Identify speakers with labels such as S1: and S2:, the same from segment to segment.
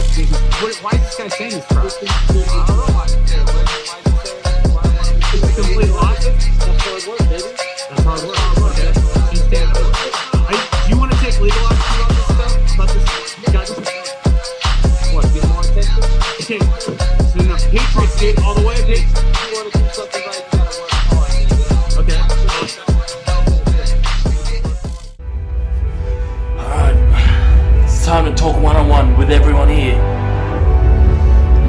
S1: What, why did this guy say he's proud?
S2: I don't know why he did, but why did he say- why did he
S1: It's a complete logic.
S3: That's hard work, baby.
S1: That's hard work. Okay. He's damn good. Are you- Do you want to take legal action about this stuff? About this? Got this?
S3: What, get more attention?
S1: Okay. So then the Patriots did all the way. They,
S3: If you want to do something right, you gotta work hard.
S1: okay.
S4: Alright, it's time to talk one on one with everyone here.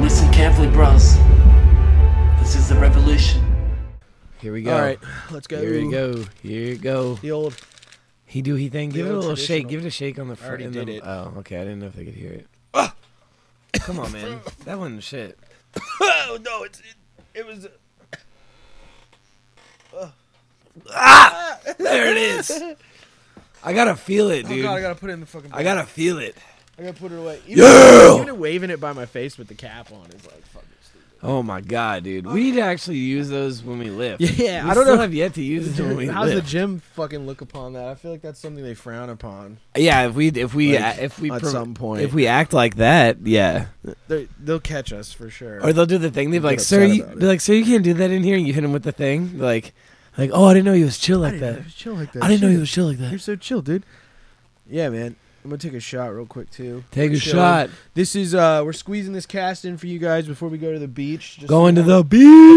S4: Listen carefully, bros. This is the revolution.
S5: Here we go.
S6: All right, let's go.
S5: Here we go. Here you go.
S6: The old.
S5: He do he thing. Give it a
S6: old
S5: little shake.
S6: traditional.
S5: Give it a shake on the
S6: I already
S5: in the-
S6: did it. Ah!
S5: Oh, okay. I didn't know if they could hear it. Come on, man. That wasn't shit.
S6: Oh no! It's it, it was. uh,
S5: Ah! There it is. I gotta feel it,
S6: ah! Oh
S5: dude.
S6: god! I gotta put it in the fucking.
S5: I gotta feel it.
S6: I gotta put it away. Even, yeah. Even waving it by my face with the cap on is like fucking stupid.
S5: Oh my god, dude. We need to actually use those when we lift.
S6: Yeah,
S5: We
S6: I don't
S5: still
S6: know-
S5: have yet to use them when we
S6: How's the
S5: lift.
S6: gym fucking look upon that? I feel like that's something they frown upon.
S5: yeah, if we if we
S6: Like,
S5: if we
S6: at some point.
S5: if we act like that, yeah.
S6: They they'll catch us for sure.
S5: Or they'll do the thing. They'll be
S6: Get
S5: like,
S6: upset
S5: "Sir, you,
S6: about it.
S5: be like, sir, you can't do that in here." And you hit him with the thing, like, like, "Oh, I didn't know he was chill
S6: I
S5: like
S6: didn't know
S5: that.
S6: it was chill like that.
S5: I didn't know
S6: Shit.
S5: he was chill like
S6: You're
S5: that."
S6: so chill, dude. Yeah, man. I'm gonna take a shot real quick too.
S5: Take a
S6: Chill.
S5: shot.
S6: This is uh we're squeezing this cast in for you guys before we go to the beach. Just
S5: Going to
S6: little-
S5: the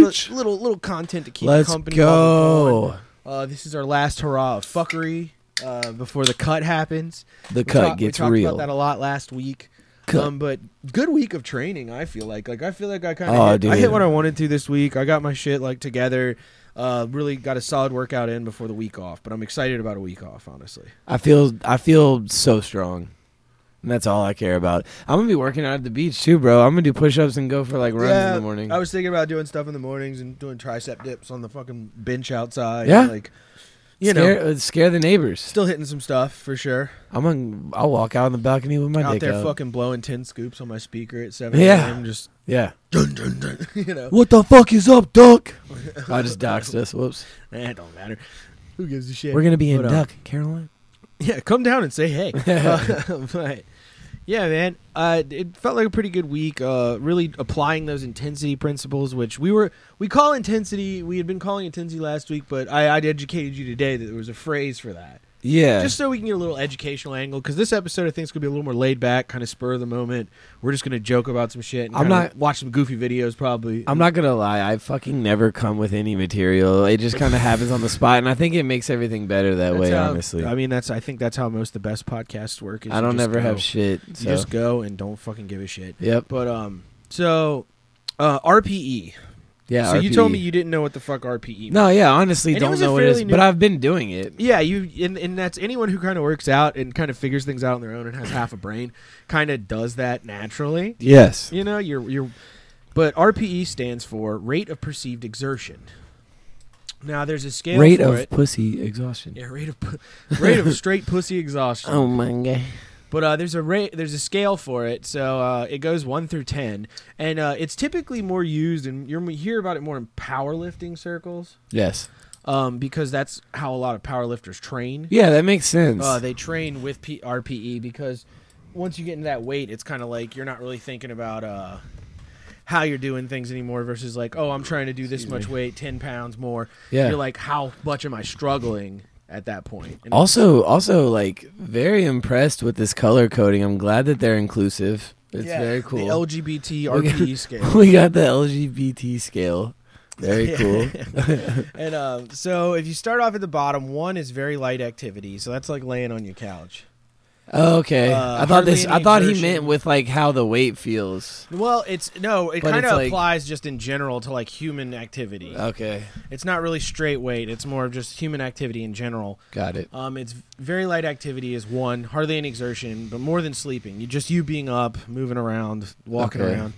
S5: beach.
S6: little little, little content to keep you
S5: Let's
S6: company. while we're gone.
S5: go.
S6: Uh, this is our last hurrah of fuckery uh, before the cut happens.
S5: The
S6: We
S5: cut
S6: talk-
S5: gets
S6: we talked
S5: real.
S6: About that a lot last week.
S5: Cut.
S6: Um, but good week of training. I feel like like I feel like I kind of
S5: Oh,
S6: hit, I
S5: dude.
S6: hit what I wanted to this week. I got my shit like together. Uh, really got a solid workout in before the week off. But I'm excited about a week off, honestly.
S5: I feel I feel so strong. And that's all I care about. I'm gonna be working out at the beach too, bro. I'm gonna do push ups and go for like runs in the morning.
S6: I was thinking about doing stuff in the mornings and doing tricep dips on the fucking bench outside.
S5: Yeah.
S6: like you
S5: scare,
S6: know,
S5: uh, scare the neighbors.
S6: still hitting some stuff for sure.
S5: I'm gonna I'll walk out on the balcony with my
S6: out
S5: dick
S6: there,
S5: out.
S6: fucking blowing ten scoops on my speaker at seven
S5: Yeah.
S6: a.m. Just
S5: yeah.
S6: dun dun dun. You know,
S5: What the fuck is up, Duck? I just doxed us. Whoops.
S6: Eh, it don't matter. Who gives a shit?
S5: We're gonna be in
S6: But, uh,
S5: Duck, Caroline.
S6: Yeah, come down and say hey. Uh, but yeah, man, uh, it felt like a pretty good week. Uh, really applying those intensity principles, which we were we call intensity. We had been calling intensity last week, but I, I educated you today that there was a phrase for that.
S5: Yeah.
S6: Just so we can get a little educational angle, because this episode I think is gonna be a little more laid back, kind of spur of the moment. We're just gonna joke about some shit. And
S5: I'm
S6: kinda
S5: not-
S6: watch some goofy videos, probably.
S5: I'm not gonna lie, I fucking never come with any material. It just kinda happens on the spot and I think it makes everything better that
S6: That's
S5: way,
S6: how-
S5: honestly.
S6: I mean, that's I think that's how most of the best podcasts work. Is
S5: I
S6: you
S5: don't
S6: just
S5: ever
S6: go.
S5: have shit. So.
S6: You just go and don't fucking give a shit.
S5: yep.
S6: But um, so uh, RPE.
S5: Yeah.
S6: so you told
S5: RPE.
S6: me you didn't know what the fuck RPE. meant.
S5: No, yeah, honestly,
S6: And it
S5: don't
S6: was a
S5: know what it is,
S6: fairly
S5: but
S6: new-
S5: I've been doing it.
S6: Yeah, you and, and that's anyone who kind of works out and kind of figures things out on their own and has half a brain, kind of does that naturally.
S5: Yes.
S6: You know, you're you're. But RPE stands for rate of perceived exertion. Now there's a scale
S5: Rate
S6: for
S5: of
S6: it.
S5: pussy exhaustion.
S6: Yeah, rate of pu- rate of straight pussy exhaustion.
S5: Oh my god.
S6: But uh, there's a ra- there's a scale for it, so uh, it goes one through ten, and uh, it's typically more used, and you hear about it more in powerlifting circles,
S5: Yes.
S6: um, because that's how a lot of powerlifters train.
S5: Yeah, that makes sense.
S6: Uh, they train with P- RPE because once you get into that weight, it's kind of like you're not really thinking about uh, how you're doing things anymore. Versus like, oh, I'm trying to do this much weight, ten pounds more.
S5: Yeah.
S6: you're like, how much am I struggling at that point? And
S5: also, also like very impressed with this color coding. I'm glad that they're inclusive. It's
S6: yeah,
S5: very cool.
S6: The LGBT
S5: We got-
S6: RPE E scale.
S5: we got the LGBT scale. Very cool.
S6: And uh, so if you start off at the bottom, one is very light activity. So that's like laying on your couch.
S5: Oh, okay.
S6: Uh,
S5: I thought this.
S6: hardly any
S5: I thought he
S6: exertion.
S5: meant with like how the weight feels.
S6: Well, it's no, it
S5: But
S6: kind
S5: it's
S6: of
S5: like- Uh,
S6: applies just in general to like human activity.
S5: Okay,
S6: it's not really straight weight, it's more of just human activity in general.
S5: got it.
S6: Um, it's very light activity is one, hardly any exertion, but more than sleeping. You just you being up, moving around, walking
S5: Okay.
S6: around.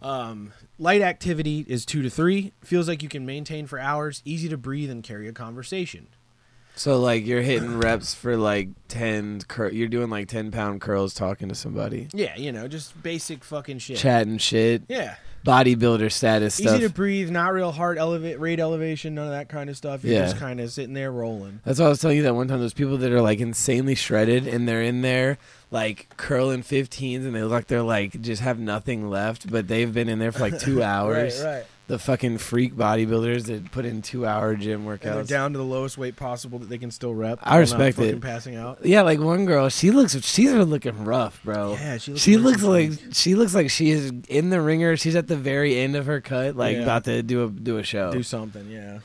S6: Um, light activity is two to three. Feels like you can maintain for hours, easy to breathe and carry a conversation.
S5: So like you're hitting reps for like ten. Cur- you're doing like ten pound curls, talking to somebody,
S6: Yeah, you know, just basic fucking shit.
S5: chatting shit.
S6: Yeah.
S5: bodybuilder status stuff.
S6: Easy to breathe, not real hard elevate rate elevation, none of that kind of stuff. You're
S5: Yeah.
S6: just kind of sitting there rolling.
S5: That's why I was telling you that one time. Those people that are like insanely shredded and they're in there like curling 15s and they look like they're like just have nothing left, but they've been in there for like two hours.
S6: right.
S5: The fucking freak bodybuilders that put in two hour gym
S6: And they're
S5: workouts.
S6: down to the lowest weight possible that they can still rep.
S5: I
S6: while not
S5: respect it.
S6: fucking Passing out.
S5: yeah, like one girl, she looks she's been looking rough, bro.
S6: Yeah, she looks
S5: she
S6: rough
S5: looks
S6: as
S5: like she looks like she is in the ringer. She's at the very end of her cut, like
S6: Yeah.
S5: about to do a do a show.
S6: Do something, yeah.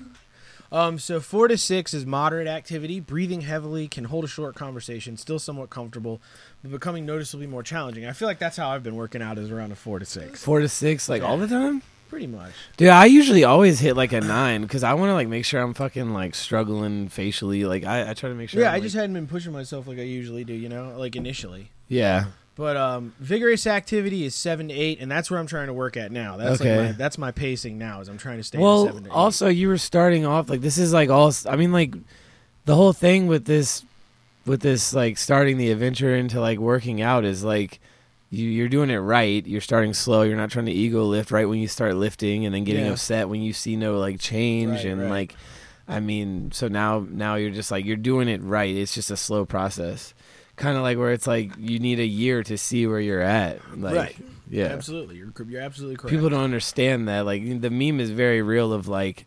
S6: Um, so four to six is moderate activity. Breathing heavily can hold a short conversation, still somewhat comfortable, but becoming noticeably more challenging. I feel like that's how I've been working out is around a four to six,
S5: Four to six, like all the time.
S6: pretty much.
S5: Dude, I usually always hit like a nine because I want to like make sure I'm fucking like struggling facially. Like I, I try to make sure.
S6: yeah,
S5: I'm,
S6: I
S5: like-
S6: just hadn't been pushing myself like I usually do, you know, like initially.
S5: yeah.
S6: But um, vigorous activity is seven to eight, and that's where I'm trying to work at now. That's
S5: Okay.
S6: like my, that's my pacing now is I'm trying to stay. in
S5: Well,
S6: seven to eight.
S5: also you were starting off like this is like all. I mean, like the whole thing with this, with this like starting the adventure into like working out is like you, you're doing it right. You're starting slow. You're not trying to ego lift right when you start lifting, and then getting
S6: Yeah.
S5: upset when you see no like change
S6: Right,
S5: and
S6: right.
S5: like. I mean, so now now you're just like you're doing it right. It's just a slow process. Kind of like where it's like you need a year to see where you're at. Like,
S6: Right.
S5: Yeah.
S6: absolutely, you're you're absolutely correct.
S5: People don't understand that. Like the meme is very real of like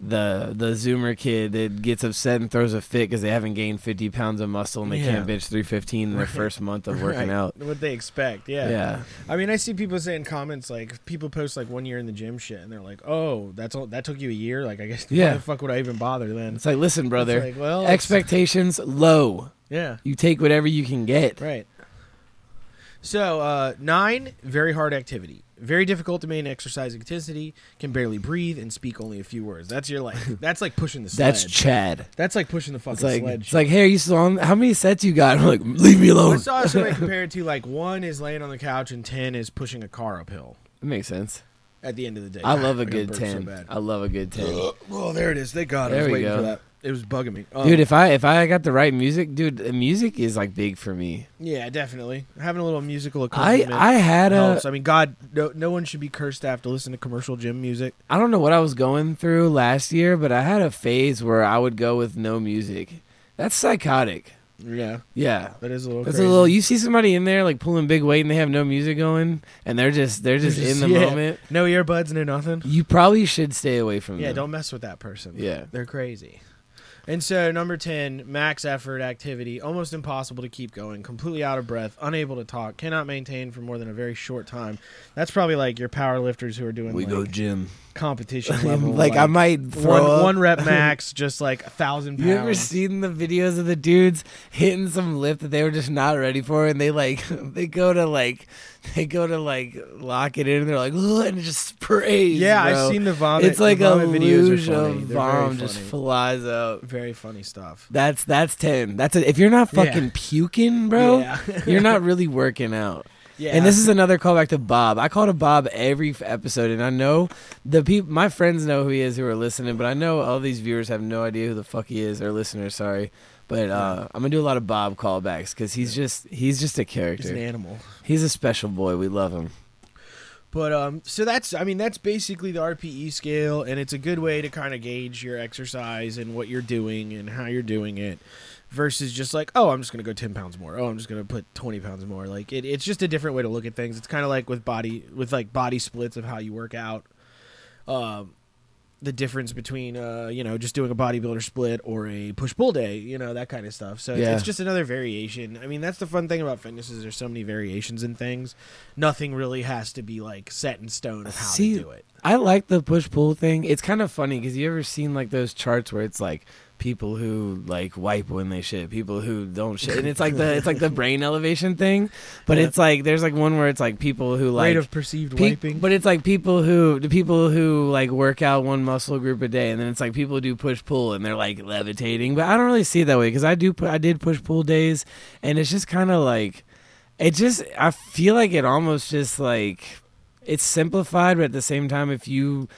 S5: the the Zoomer kid that gets upset and throws a fit because they haven't gained fifty pounds of muscle and they
S6: Yeah.
S5: can't bench three fifteen in their first month of working
S6: Right.
S5: out.
S6: what they expect,
S5: Yeah.
S6: I mean, I see people say in comments like people post like one year in the gym shit, and they're like, "Oh, that's all. That took you a year. Like, I guess yeah.
S5: Yeah.
S6: why the fuck would I even bother then?"
S5: It's like, listen, brother,
S6: It's like, well, it's-
S5: expectations low.
S6: yeah,
S5: You take whatever you can get.
S6: right. So uh, nine, very hard activity, very difficult to maintain exercise intensity, can barely breathe and speak only a few words. That's your like, that's like pushing the sled.
S5: That's Chad.
S6: that's like pushing the fucking
S5: It's like
S6: sled.
S5: it's
S6: shit.
S5: like, hey, are you still on? How many sets you got? I'm like, leave me
S6: I
S5: alone.
S6: saw somebody compare it to like one is laying on the couch and ten is pushing a car uphill.
S5: It makes sense.
S6: At the end of the day,
S5: I love a
S6: I'm gonna
S5: good
S6: burp so
S5: ten.
S6: bad.
S5: I love a good ten.
S6: Well, there it is. Thank God. I
S5: There
S6: was
S5: we
S6: waiting
S5: go.
S6: for that. It was bugging me. Um,
S5: Dude, if I if I got the right music, dude, the music is like big for me.
S6: yeah, definitely. Having a little musical
S5: I
S6: accompaniment
S5: I had a
S6: helps. I mean, God, no, no one should be cursed to have to listen to commercial gym music.
S5: I don't know what I was going through last year, but I had a phase where I would go with no music. That's psychotic.
S6: Yeah,
S5: Yeah.
S6: that is a little.
S5: That's
S6: crazy.
S5: a little you see somebody in there like pulling big weight and they have no music going and they're just they're just,
S6: Just-
S5: in the
S6: yeah.
S5: moment.
S6: No earbuds, no nothing.
S5: You probably should stay away from
S6: Yeah,
S5: them.
S6: don't mess with that person.
S5: Yeah.
S6: they're crazy. And so number ten, max effort activity, almost impossible to keep going, completely out of breath, unable to talk, cannot maintain for more than a very short time. That's probably like your power lifters who are doing
S5: we
S6: like,
S5: go gym.
S6: competition level.
S5: like, I might
S6: one
S5: throw up.
S6: one rep max, just like a thousand pounds.
S5: You ever seen the videos of the dudes hitting some lift that they were just not ready for, and they like they go to like they go to like lock it in, and they're like, "Ugh," and it just sprays.
S6: yeah, I've
S5: bro.
S6: seen the vomit.
S5: it's like
S6: the
S5: a
S6: vomit
S5: luge
S6: videos are funny.
S5: of
S6: They're very
S5: bomb just
S6: funny.
S5: flies out.
S6: very funny stuff.
S5: That's that's ten. That's a, if you're not
S6: Yeah.
S5: fucking puking, bro,
S6: Yeah.
S5: you're not really working out.
S6: Yeah,
S5: And this is another callback to Bob. I call to Bob every f- episode, and I know the people, my friends know who he is who are listening, but I know all these viewers have no idea who the fuck he is or listeners. Sorry, but uh, I'm gonna do a lot of Bob callbacks because he's just he's just a
S6: he's an
S5: character.
S6: animal.
S5: He's a special boy. We love him.
S6: But um, so that's I mean that's basically the RPE scale, and it's a good way to kind of gauge your exercise and what you're doing and how you're doing it, versus just like oh I'm just gonna go ten pounds more, oh I'm just gonna put twenty pounds more. Like it, it's just a different way to look at things. It's kind of like with body with like body splits of how you work out, um, the difference between uh you know just doing a bodybuilder split or a push pull day, you know that kind of stuff. So it's-
S5: Yeah.
S6: it's just another variation. I mean that's the fun thing about fitness is there's so many variations in things nothing really has to be like set in stone of how
S5: See,
S6: to do it.
S5: I like the push pull thing. It's kind of funny because you ever seen like those charts where it's like people who like wipe when they shit, people who don't shit, and it's like the it's like the brain elevation thing. But it's like there's like one where it's like people who like
S6: Rate of perceived
S5: Pe-
S6: wiping.
S5: But it's like people who the people who like work out one muscle group a day, and then it's like people who do push pull, and they're like levitating. But I don't really see it that way because I do pu- I did push pull days, and it's just kind of like it just I feel like it almost just like it's simplified, but at the same time, if you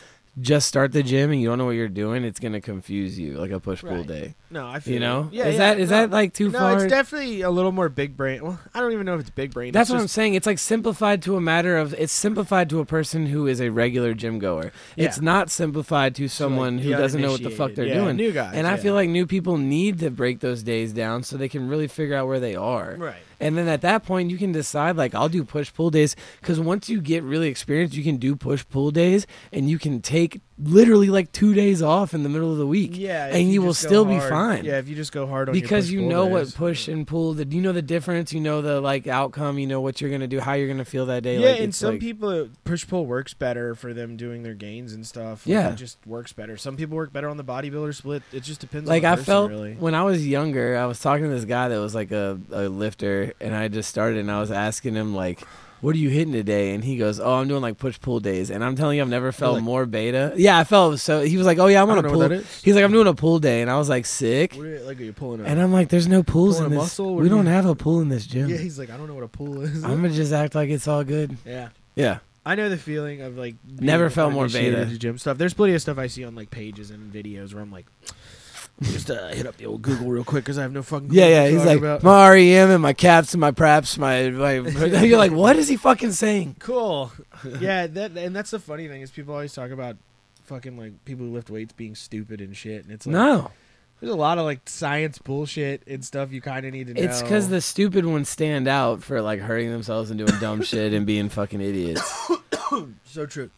S5: just start the gym and you don't know what you're doing, it's gonna confuse you like a push pull
S6: Right.
S5: day.
S6: No, I feel
S5: You know?
S6: Yeah,
S5: is
S6: yeah,
S5: that is
S6: no.
S5: that like too
S6: no,
S5: far?
S6: it's definitely a little more big brain. Well, I don't even know if it's big brain.
S5: That's
S6: it's
S5: what I'm
S6: just,
S5: saying. It's like simplified to a matter of it's simplified to a person who is a regular gym goer. It's
S6: Yeah.
S5: not simplified to someone who
S6: the
S5: doesn't know what the fuck they're
S6: uninitiated. Yeah,
S5: doing.
S6: new guys,
S5: and I
S6: yeah.
S5: feel like new people need to break those days down so they can really figure out where they are.
S6: Right.
S5: And then at that point, you can decide like I'll do push pull days because once you get really experienced, you can do push pull days and you can take literally like two days off in the middle of the week.
S6: Yeah, if
S5: And you, will
S6: just go
S5: still be
S6: hard-
S5: fine
S6: Yeah, if you just go hard on your
S5: because
S6: push
S5: you
S6: pull
S5: know
S6: days.
S5: what push and pull that you know the difference you know the like outcome you know what you're gonna do how you're gonna feel that day
S6: Yeah,
S5: like,
S6: and
S5: it's
S6: some
S5: like-
S6: people push pull works better for them doing their gains and stuff. Like,
S5: Yeah.
S6: it just works better. Some people work better on the bodybuilder split. It just depends.
S5: like
S6: on the
S5: I
S6: person,
S5: felt
S6: really.
S5: when I was younger, I was talking to this guy that was like a, a lifter, and I just started, and I was asking him like, "What are you hitting today?" And he goes, "Oh, I'm doing like push pull days." And I'm telling you, I've never felt
S6: like-
S5: more beta. Yeah, I felt so. He was like, "Oh yeah, I'm
S6: I
S5: on a
S6: don't know what
S5: pull."
S6: that is.
S5: He's like, "I'm doing a pull day," and I was like, "Sick."
S6: What are you- like are you pulling up?
S5: And I'm like, "There's no pulls
S6: Pulling
S5: in
S6: a
S5: this.
S6: muscle? What
S5: we
S6: do you
S5: don't
S6: mean?"
S5: have a pull in this gym.
S6: yeah, he's like, I don't know what a pull is.
S5: I'm gonna just act like it's all good."
S6: yeah,
S5: Yeah.
S6: I know the feeling of like being
S5: Never felt more
S6: uninitiated
S5: beta.
S6: to gym stuff. There's plenty of stuff I see on like pages and videos where I'm like, just uh, hit up the old Google real quick because I have no fucking. clue
S5: Yeah,
S6: what
S5: yeah.
S6: you're
S5: He's
S6: talking
S5: like
S6: about.
S5: my REM and my caps and my praps. My, my you're like, what is he fucking saying?
S6: cool. yeah, that and that's the funny thing is people always talk about fucking like people who lift weights being stupid and shit, and it's like
S5: No,
S6: there's a lot of like science bullshit and stuff you kind of need to know.
S5: it's because the stupid ones stand out for like hurting themselves and doing dumb shit and being fucking idiots.
S6: so true.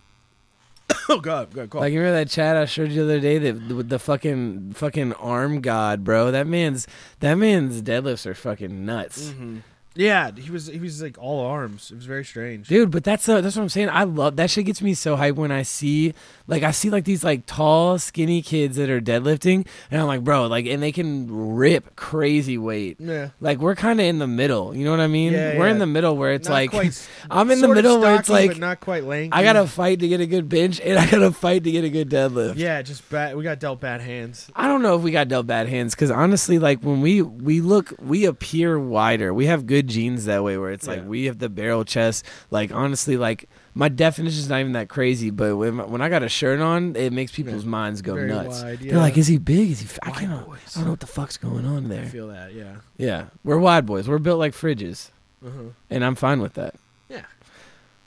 S6: oh god, god, call.
S5: Like you remember that chat I showed you the other day that with the fucking fucking arm god, bro. That man's that man's deadlifts are fucking nuts.
S6: Mhm. Yeah, he was he was like all arms. It was very strange.
S5: Dude, but that's uh, that's what I'm saying. I love that shit gets me so hyped when I see like I see like these like tall, skinny kids that are deadlifting and I'm like, bro, like and they can rip crazy weight.
S6: yeah,
S5: like we're kind of in the middle you know what i mean
S6: Yeah,
S5: we're in
S6: yeah.
S5: the middle where it's
S6: Not
S5: like
S6: quite s-
S5: i'm in the
S6: sort of
S5: middle where it's
S6: stocky,
S5: like
S6: but not quite lanky.
S5: i gotta fight to get a good bench and i gotta fight to get a good deadlift
S6: Yeah, just bad. We got dealt bad hands.
S5: i don't know if we got dealt bad hands because honestly like when we we look we appear wider we have good genes that way where it's like
S6: Yeah.
S5: we have the barrel chest like honestly like my definition's not even that crazy but when, when i got a shirt on it makes people's minds go
S6: Very
S5: nuts
S6: wide,
S5: they're like
S6: yeah.
S5: is he big is he f- i
S6: Wide
S5: can't i
S6: boys.
S5: don't know what the fuck's going on
S6: I
S5: there
S6: feel that. Yeah.
S5: yeah we're wide boys we're built like fridges
S6: Uh-huh.
S5: and i'm fine with that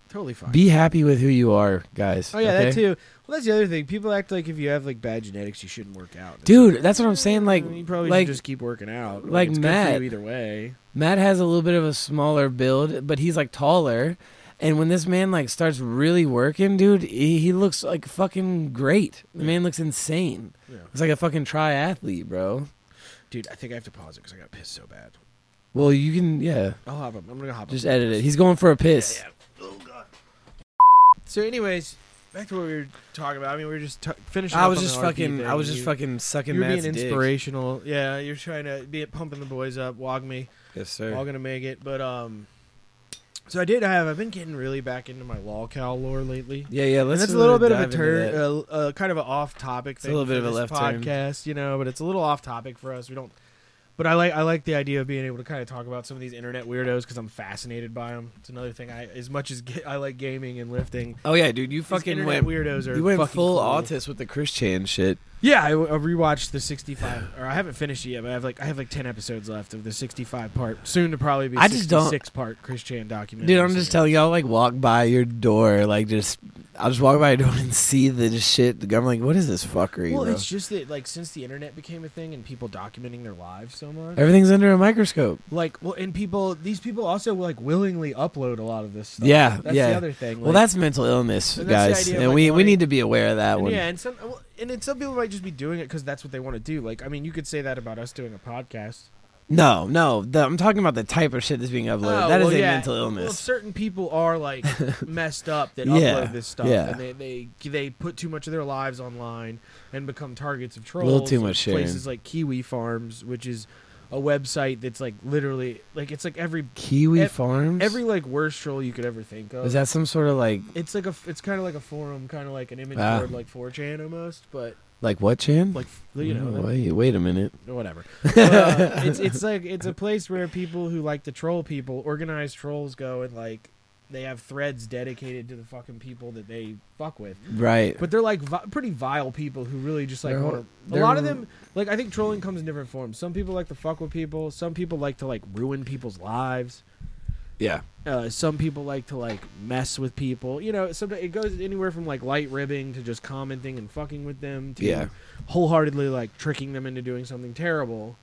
S6: Totally fine.
S5: Be happy with who you are, guys.
S6: oh yeah,
S5: okay?
S6: that too. Well, that's the other thing. People act like if you have like bad genetics, you shouldn't work out.
S5: Dude, that's what I'm saying. Like,
S6: I mean, you probably
S5: like
S6: should just keep working out.
S5: like
S6: it's good for
S5: Matt.
S6: you either way.
S5: Matt has a little bit of a smaller build, but he's like taller. And when this man like starts really working, dude, he, he looks like fucking great. The man looks insane.
S6: Yeah.
S5: He's like a fucking triathlete, bro.
S6: Dude, I think I have to pause it because I got pissed so bad.
S5: Well, you can yeah,
S6: I'll hop up. I'm gonna hop
S5: just
S6: up.
S5: edit it. He's going for a piss.
S6: So, anyways, back to what we were talking about. I mean, we were just t- finishing.
S5: I
S6: up
S5: was
S6: on the
S5: just
S6: RP
S5: fucking,
S6: thing.
S5: I was just
S6: You-
S5: fucking sucking
S6: You're
S5: Matt's
S6: being
S5: dick.
S6: inspirational. Yeah, you're trying to be pumping the boys up. Wog me.
S5: Yes,
S6: all
S5: sir.
S6: gonna make it. But um, so I did have. I've been getting really back into my lol cow lore lately.
S5: Yeah, yeah.
S6: And
S5: Let's
S6: that's a little bit of a
S5: dive into
S6: turn,
S5: that.
S6: uh, uh, kind of an off-topic
S5: a
S6: thing.
S5: little bit
S6: for
S5: of a
S6: this
S5: left turn.
S6: podcast, you know, but it's a little off-topic for us. We don't, but I like I like the idea of being able to kind of talk about some of these internet weirdos because I'm fascinated by them. It's another thing. I as much as ga- I like gaming and lifting,
S5: oh yeah, dude, you
S6: these
S5: fucking
S6: internet
S5: went,
S6: weirdos are
S5: you went
S6: fucking
S5: full
S6: cool.
S5: autist with the Christian shit.
S6: Yeah, I, I rewatched the 65, or I haven't finished it yet, but I have like I have like 10 episodes left of the 65 part, soon to probably be
S5: I just don't-
S6: 66 part Christian documentary.
S5: Dude, I'm just telling you, I'll like walk by your door, like just I'll just walk by your door and see the shit. I'm like, what is this fuckery,
S6: Well,
S5: bro?
S6: it's just that like since the internet became a thing and people documenting their lives so much,
S5: Everything's under a microscope.
S6: like well, and people these people also like willingly upload a lot of this stuff.
S5: Yeah,
S6: that's
S5: yeah.
S6: the other thing.
S5: well,
S6: like-
S5: that's mental illness,
S6: And that's the
S5: guys,
S6: idea of,
S5: and
S6: like,
S5: we we
S6: wanting-
S5: need to be aware of that
S6: and
S5: one.
S6: yeah, and some well, and then some people might just be doing it because that's what they want to do. Like, I mean, you could say that about us doing a podcast.
S5: No, no, the, I'm talking about the type of shit that's being uploaded. that is
S6: Oh, well,
S5: a
S6: yeah.
S5: mental
S6: Well,
S5: illness.
S6: certain people are like messed up that
S5: Yeah,
S6: upload this stuff,
S5: yeah.
S6: and they, they they put too much of their lives online and become targets of trolls.
S5: little too
S6: and
S5: much sharing.
S6: Places like Kiwi Farms, which is a website that's like literally like it's like every
S5: Kiwi
S6: ev-
S5: Farms.
S6: every like worst troll you could ever think of.
S5: is that some sort of like
S6: it's like a f- it's kind of like a forum, kind of like an image
S5: Ah.
S6: board, like 4chan almost, but
S5: like what, Chan?
S6: like you know
S5: Oh, wait, wait a minute.
S6: whatever. But, uh, it's it's like it's a place where people who like to troll people, organized trolls, go and like they have threads dedicated to the fucking people that they fuck with.
S5: Right.
S6: But they're like vi- pretty vile people who really just like
S5: They're-
S6: wanna- a
S5: they're-
S6: lot of them. Like I think trolling comes in different forms. Some people like to fuck with people. Some people like to like ruin people's lives.
S5: Yeah.
S6: Uh, some people like to like mess with people. You know, sometimes it goes anywhere from like light ribbing to just commenting and fucking with them to
S5: Yeah.
S6: wholeheartedly like tricking them into doing something terrible,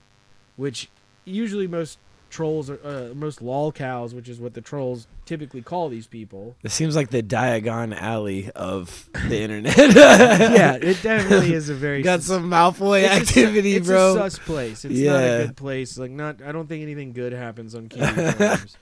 S6: which usually most trolls are uh, most lol cows, which is what the trolls typically call these people.
S5: This seems like the Diagon Alley of the internet. yeah.
S6: yeah, it definitely is a very
S5: Got
S6: sus-
S5: some Malfoy
S6: it's a su-
S5: activity,
S6: it's
S5: bro.
S6: A sus place. It's not
S5: Yeah.
S6: a good place. Like not. I don't think anything good happens on Kiwi forums.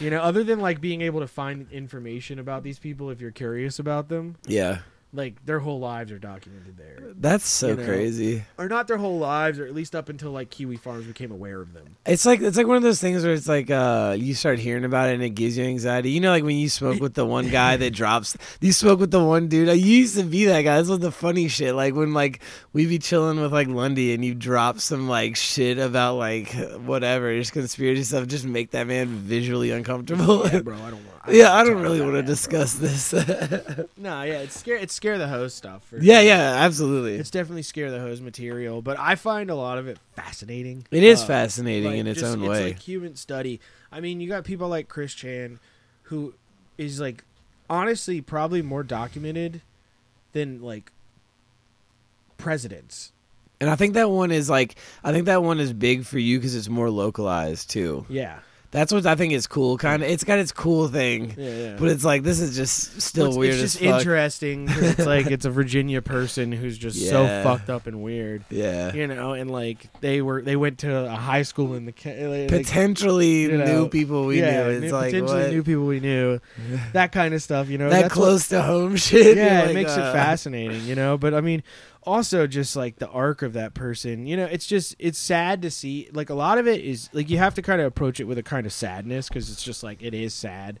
S6: You know, other than like being able to find information about these people if you're curious about them.
S5: yeah.
S6: Like their whole lives are documented there,
S5: That's so
S6: You know.
S5: crazy.
S6: or not their whole lives, or at least up until like Kiwi Farms became aware of them.
S5: It's like it's like one of those things where it's like uh you start hearing about it and it gives you anxiety. You know, like when you smoke with the one guy that drops. You smoke with the one dude. I used to be that guy. This was the funny shit. Like when like we be chilling with like Lundy and you drop some like shit about like whatever, just conspiracy stuff. Just make that man visually uncomfortable.
S6: Yeah, bro, I don't want.
S5: Yeah, I don't really want to discuss this.
S6: No, yeah, it's scare. It's scare the host stuff. For
S5: yeah,
S6: sure.
S5: yeah, absolutely.
S6: It's
S5: It's,
S6: definitely scare the hose material, but I find a lot of it fascinating. Uh,
S5: fascinating
S6: like,
S5: in its
S6: just-
S5: own way.
S6: It's like human study. I mean, you got people like Chris Chan, who is like honestly probably more documented than like presidents.
S5: and I think that one is like I think that one is big for you because it's more localized too.
S6: Yeah,
S5: That's what I think is cool. Kind of, it's got its cool thing,
S6: yeah, yeah.
S5: but it's like this is just still
S6: it's,
S5: weird
S6: it's just
S5: as fuck.
S6: interesting. 'cause It's like it's a Virginia person who's just so
S5: Yeah.
S6: fucked up and weird.
S5: yeah.
S6: You know, and like they were, they went to a high school in the ca- like,
S5: potentially
S6: you know,
S5: new people we
S6: yeah,
S5: knew. It's
S6: new-
S5: like
S6: potentially
S5: what?
S6: new people we knew, that kind of stuff. You know,
S5: that
S6: That's what-
S5: close to home shit.
S6: yeah,
S5: Like,
S6: it makes
S5: uh,
S6: it fascinating, you know. But I mean, also just like the arc of that person, you know, it's just it's sad to see. Like a lot of it is like you have to kind of approach it with a kind of sadness because it's just like it is sad,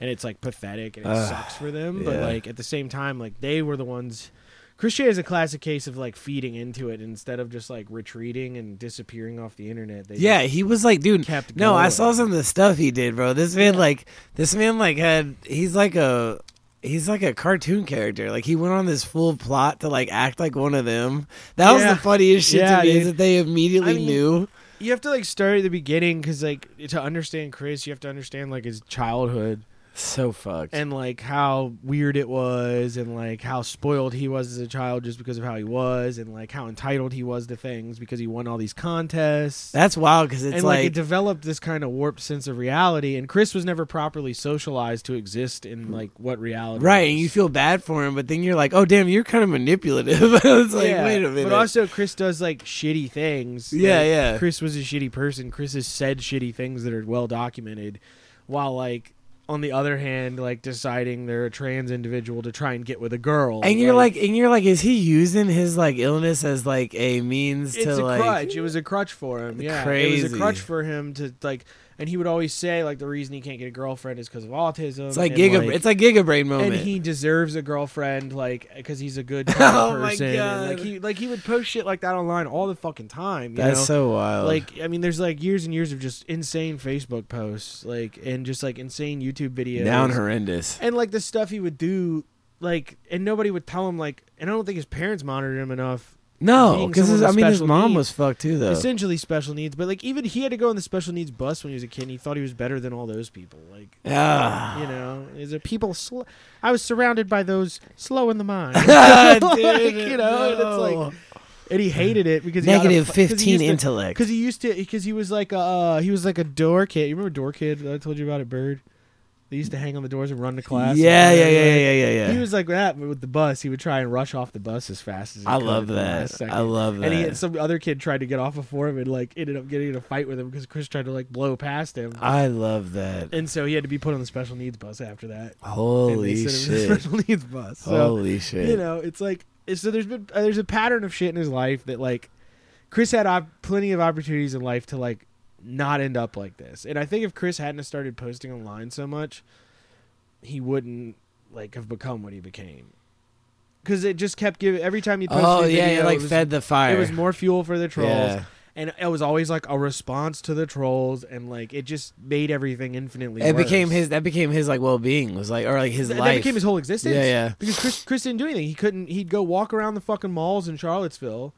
S6: and it's like pathetic and it
S5: Ugh,
S6: sucks for them. But
S5: yeah.
S6: like at the same time, like they were the ones. Christian is a classic case of like feeding into it instead of just like retreating and disappearing off the internet. They
S5: Yeah, he was like, dude.
S6: kept
S5: No, I saw
S6: going.
S5: some of the stuff he did, bro. This man, like, this man, like, had he's like a he's like a cartoon character. Like, he went on this full plot to like act like one of them. That was
S6: Yeah.
S5: the funniest shit
S6: Yeah,
S5: to me is
S6: dude.
S5: that they immediately
S6: I mean,
S5: knew.
S6: you have to like start at the beginning because like to understand Chris, you have to understand like his childhood.
S5: So fucked.
S6: and like how weird it was and like how spoiled he was as a child just because of how he was and like how entitled he was to things because he won all these contests
S5: That's wild because it's
S6: and like,
S5: like,
S6: it developed this kind of warped sense of reality and chris was never properly socialized to exist in like what reality
S5: Mm. right,
S6: was.
S5: and you feel bad for him, but then you're like, oh damn, you're kind of manipulative. it's like,
S6: Yeah,
S5: wait a minute.
S6: but also chris does like shitty things
S5: Yeah,
S6: Like,
S5: yeah.
S6: chris was a shitty person chris has said shitty things that are well documented while like on the other hand like deciding they're a trans individual to try and get with a girl
S5: and you're like, and you're like, is he using his like illness as like a means
S6: it's
S5: to
S6: a
S5: like?
S6: crutch. It was a crutch for him. Yeah, it was
S5: Crazy.
S6: a crutch for him to like. And he would always say like the reason he can't get a girlfriend is because of autism.
S5: It's like
S6: and,
S5: giga. it's like giga brain moment.
S6: and he deserves a girlfriend like because he's a good kind of
S5: Oh my
S6: person. And, like
S5: God.
S6: he like he would post shit like that online all the fucking time. You
S5: That's
S6: know?
S5: so wild.
S6: like I mean, there's like years and years of just insane Facebook posts, like and just like insane YouTube videos
S5: down horrendous.
S6: and like the stuff he would do. Like and nobody would tell him like and I don't think his parents monitored him enough
S5: No,
S6: being
S5: because
S6: someone
S5: I
S6: with
S5: mean his
S6: special
S5: mom
S6: needs-
S5: was fucked too though.
S6: essentially special needs but like even he had to go on the special needs bus when he was a kid and he thought he was better than all those people like
S5: Ah.
S6: you know is it people sl- i was surrounded by those slow in the mind
S5: Ah,
S6: Like,
S5: dude,
S6: you know and it's
S5: no.
S6: like and he hated it because
S5: negative fifteen
S6: into
S5: intellect.
S6: because he used to because he was like a uh, he was like a door kid you remember door kid that i told you about at bird they used to hang on the doors and run to class
S5: yeah, yeah, yeah,
S6: Like,
S5: yeah, yeah, yeah.
S6: he was like that but with the bus he would try and rush off the bus as fast as he
S5: I
S6: could
S5: love
S6: at the last
S5: that.
S6: second.
S5: I love that.
S6: And he had some other kid tried to get off before him and like ended up getting in a fight with him because Chris tried to like blow past him.
S5: I love that.
S6: and so he had to be put on the special needs bus after that. And they
S5: Holy
S6: sent him to the
S5: shit!
S6: Special needs bus. So,
S5: Holy shit!
S6: you know, it's like it's- so there's been uh, there's a pattern of shit in his life that like Chris had op- plenty of opportunities in life to like not end up like this. And I think if Chris hadn't have started posting online so much, he wouldn't like have become what he became. Cuz it just kept giving every time he posted
S5: oh
S6: a
S5: yeah,
S6: video,
S5: it like
S6: it was
S5: fed the fire.
S6: it was more fuel for the trolls.
S5: Yeah.
S6: and it was always like a response to the trolls, and like it just made everything infinitely.
S5: It
S6: worse.
S5: became his. That became his like well being was like or like his
S6: Th-
S5: life.
S6: That became his whole existence.
S5: Yeah, yeah.
S6: Because Chris, Chris didn't do anything. He couldn't. He'd go walk around the fucking malls in Charlottesville,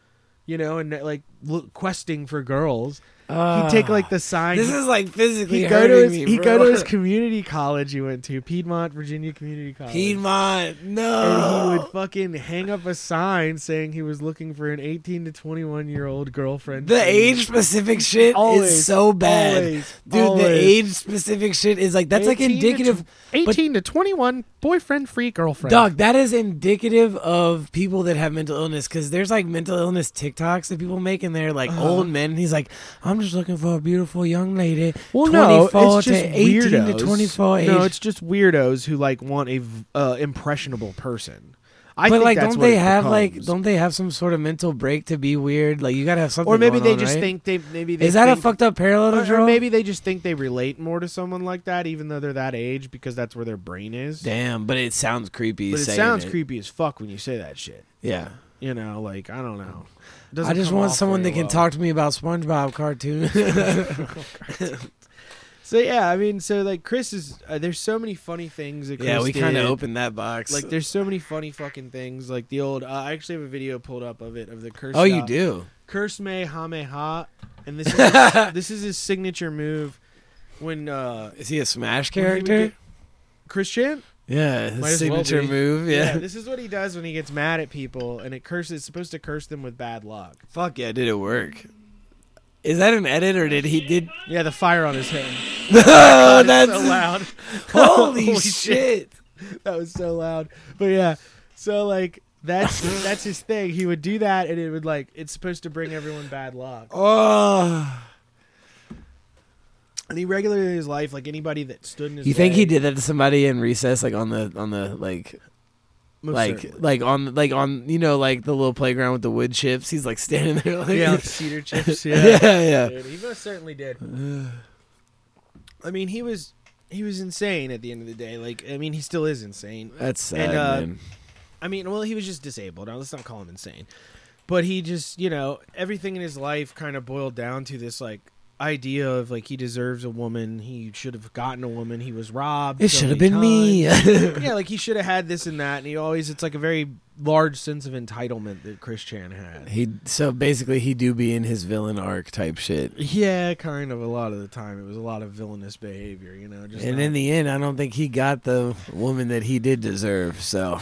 S6: you know, and like look, questing for girls. he'd take like the sign.
S5: Ah. This is like physically
S6: he'd go
S5: hurting
S6: to his.
S5: me.
S6: he'd
S5: bro.
S6: go to his community college. He went to Piedmont, Virginia Community College.
S5: Piedmont.
S6: And he
S5: No.
S6: would fucking hang up a sign saying he was looking for an 18 to 21 year old girlfriend.
S5: The age specific shit
S6: Always,
S5: is so bad,
S6: always,
S5: dude. The
S6: always.
S5: age specific shit is like that's like
S6: 18 to tw-
S5: indicative.
S6: 18 to 21 boyfriend free girlfriend.
S5: Dog, that is indicative of people that have mental illness because there's like mental illness TikToks that people make, and they're like
S6: Uh-huh.
S5: old men. And he's like, I'm just looking for a beautiful young lady.
S6: Well, no,
S5: 24
S6: it's just
S5: to 18
S6: weirdos.
S5: to 24 age.
S6: No, it's just weirdos who like want a v- uh, impressionable person. I
S5: but
S6: think
S5: like,
S6: that's
S5: don't
S6: what
S5: they
S6: it
S5: have like,
S6: becomes.
S5: don't they have some sort of mental break to be weird? Like, you gotta have something.
S6: or maybe
S5: going
S6: they
S5: on,
S6: just
S5: right?
S6: think they maybe they
S5: Is that a
S6: think-
S5: fucked up parallel to
S6: or, or
S5: draw?
S6: maybe they just think they relate more to someone like that, even though they're that age, because that's where their brain is.
S5: Damn, but it sounds creepy.
S6: but it
S5: saying
S6: sounds creepy as fuck when you say that shit.
S5: Yeah.
S6: You know, like I don't know. It
S5: I
S6: doesn't
S5: just
S6: come
S5: want
S6: off
S5: someone that
S6: very
S5: can
S6: well.
S5: talk to me about SpongeBob cartoons.
S6: So yeah, I mean, so like Chris is uh, there's so many funny things that Chris
S5: yeah, we kind
S6: did.
S5: of opened that box.
S6: Like there's so many funny fucking things. Like the old, uh, I actually have a video pulled up of it of the curse.
S5: oh, you do.
S6: curse me ha me ha, and this is, this is his signature move when uh
S5: Is he a Smash
S6: when he would
S5: character?
S6: get- Christian.
S5: Yeah, his
S6: Might as well
S5: signature
S6: be.
S5: move. Yeah.
S6: this is what he does when he gets mad at people, and it curses. It's supposed to curse them with bad luck.
S5: Fuck yeah, did it work? Is that an edit or did he did?
S6: Yeah, the fire on his head.
S5: oh, that's
S6: so loud.
S5: holy,
S6: Holy
S5: shit.
S6: that was so loud. But yeah, so like that's that's his thing. He would do that, and it would like it's supposed to bring everyone bad luck.
S5: Oh,
S6: And he regularly in his life, like anybody that stood in his
S5: you think
S6: way-
S5: he did that to somebody in recess, like on the on the like
S6: Most
S5: like
S6: certainly.
S5: like on like on you know like the little playground with the wood chips? He's like standing there like
S6: yeah, like cedar chips.
S5: yeah
S6: Yeah,
S5: yeah.
S6: Dude, he most certainly did. I mean, he was he was insane at the end of the day. Like, I mean, he still is insane.
S5: That's sad,
S6: And, uh,
S5: man.
S6: I mean, well, he was just disabled. Now, let's not call him insane. But he just, you know, everything in his life kind of boiled down to this like idea of like he deserves a woman. He should have gotten a woman. He was robbed.
S5: It
S6: so
S5: should have
S6: many
S5: been me.
S6: times. yeah, like he should have had this and that. And he always, it's like a very large sense of entitlement that Chris Chan had.
S5: he so basically he do be in his villain arc type shit.
S6: Yeah, kind of. A lot of the time, it was a lot of villainous behavior. You know, just
S5: And
S6: not-
S5: in the end, I don't think he got the woman that he did deserve. So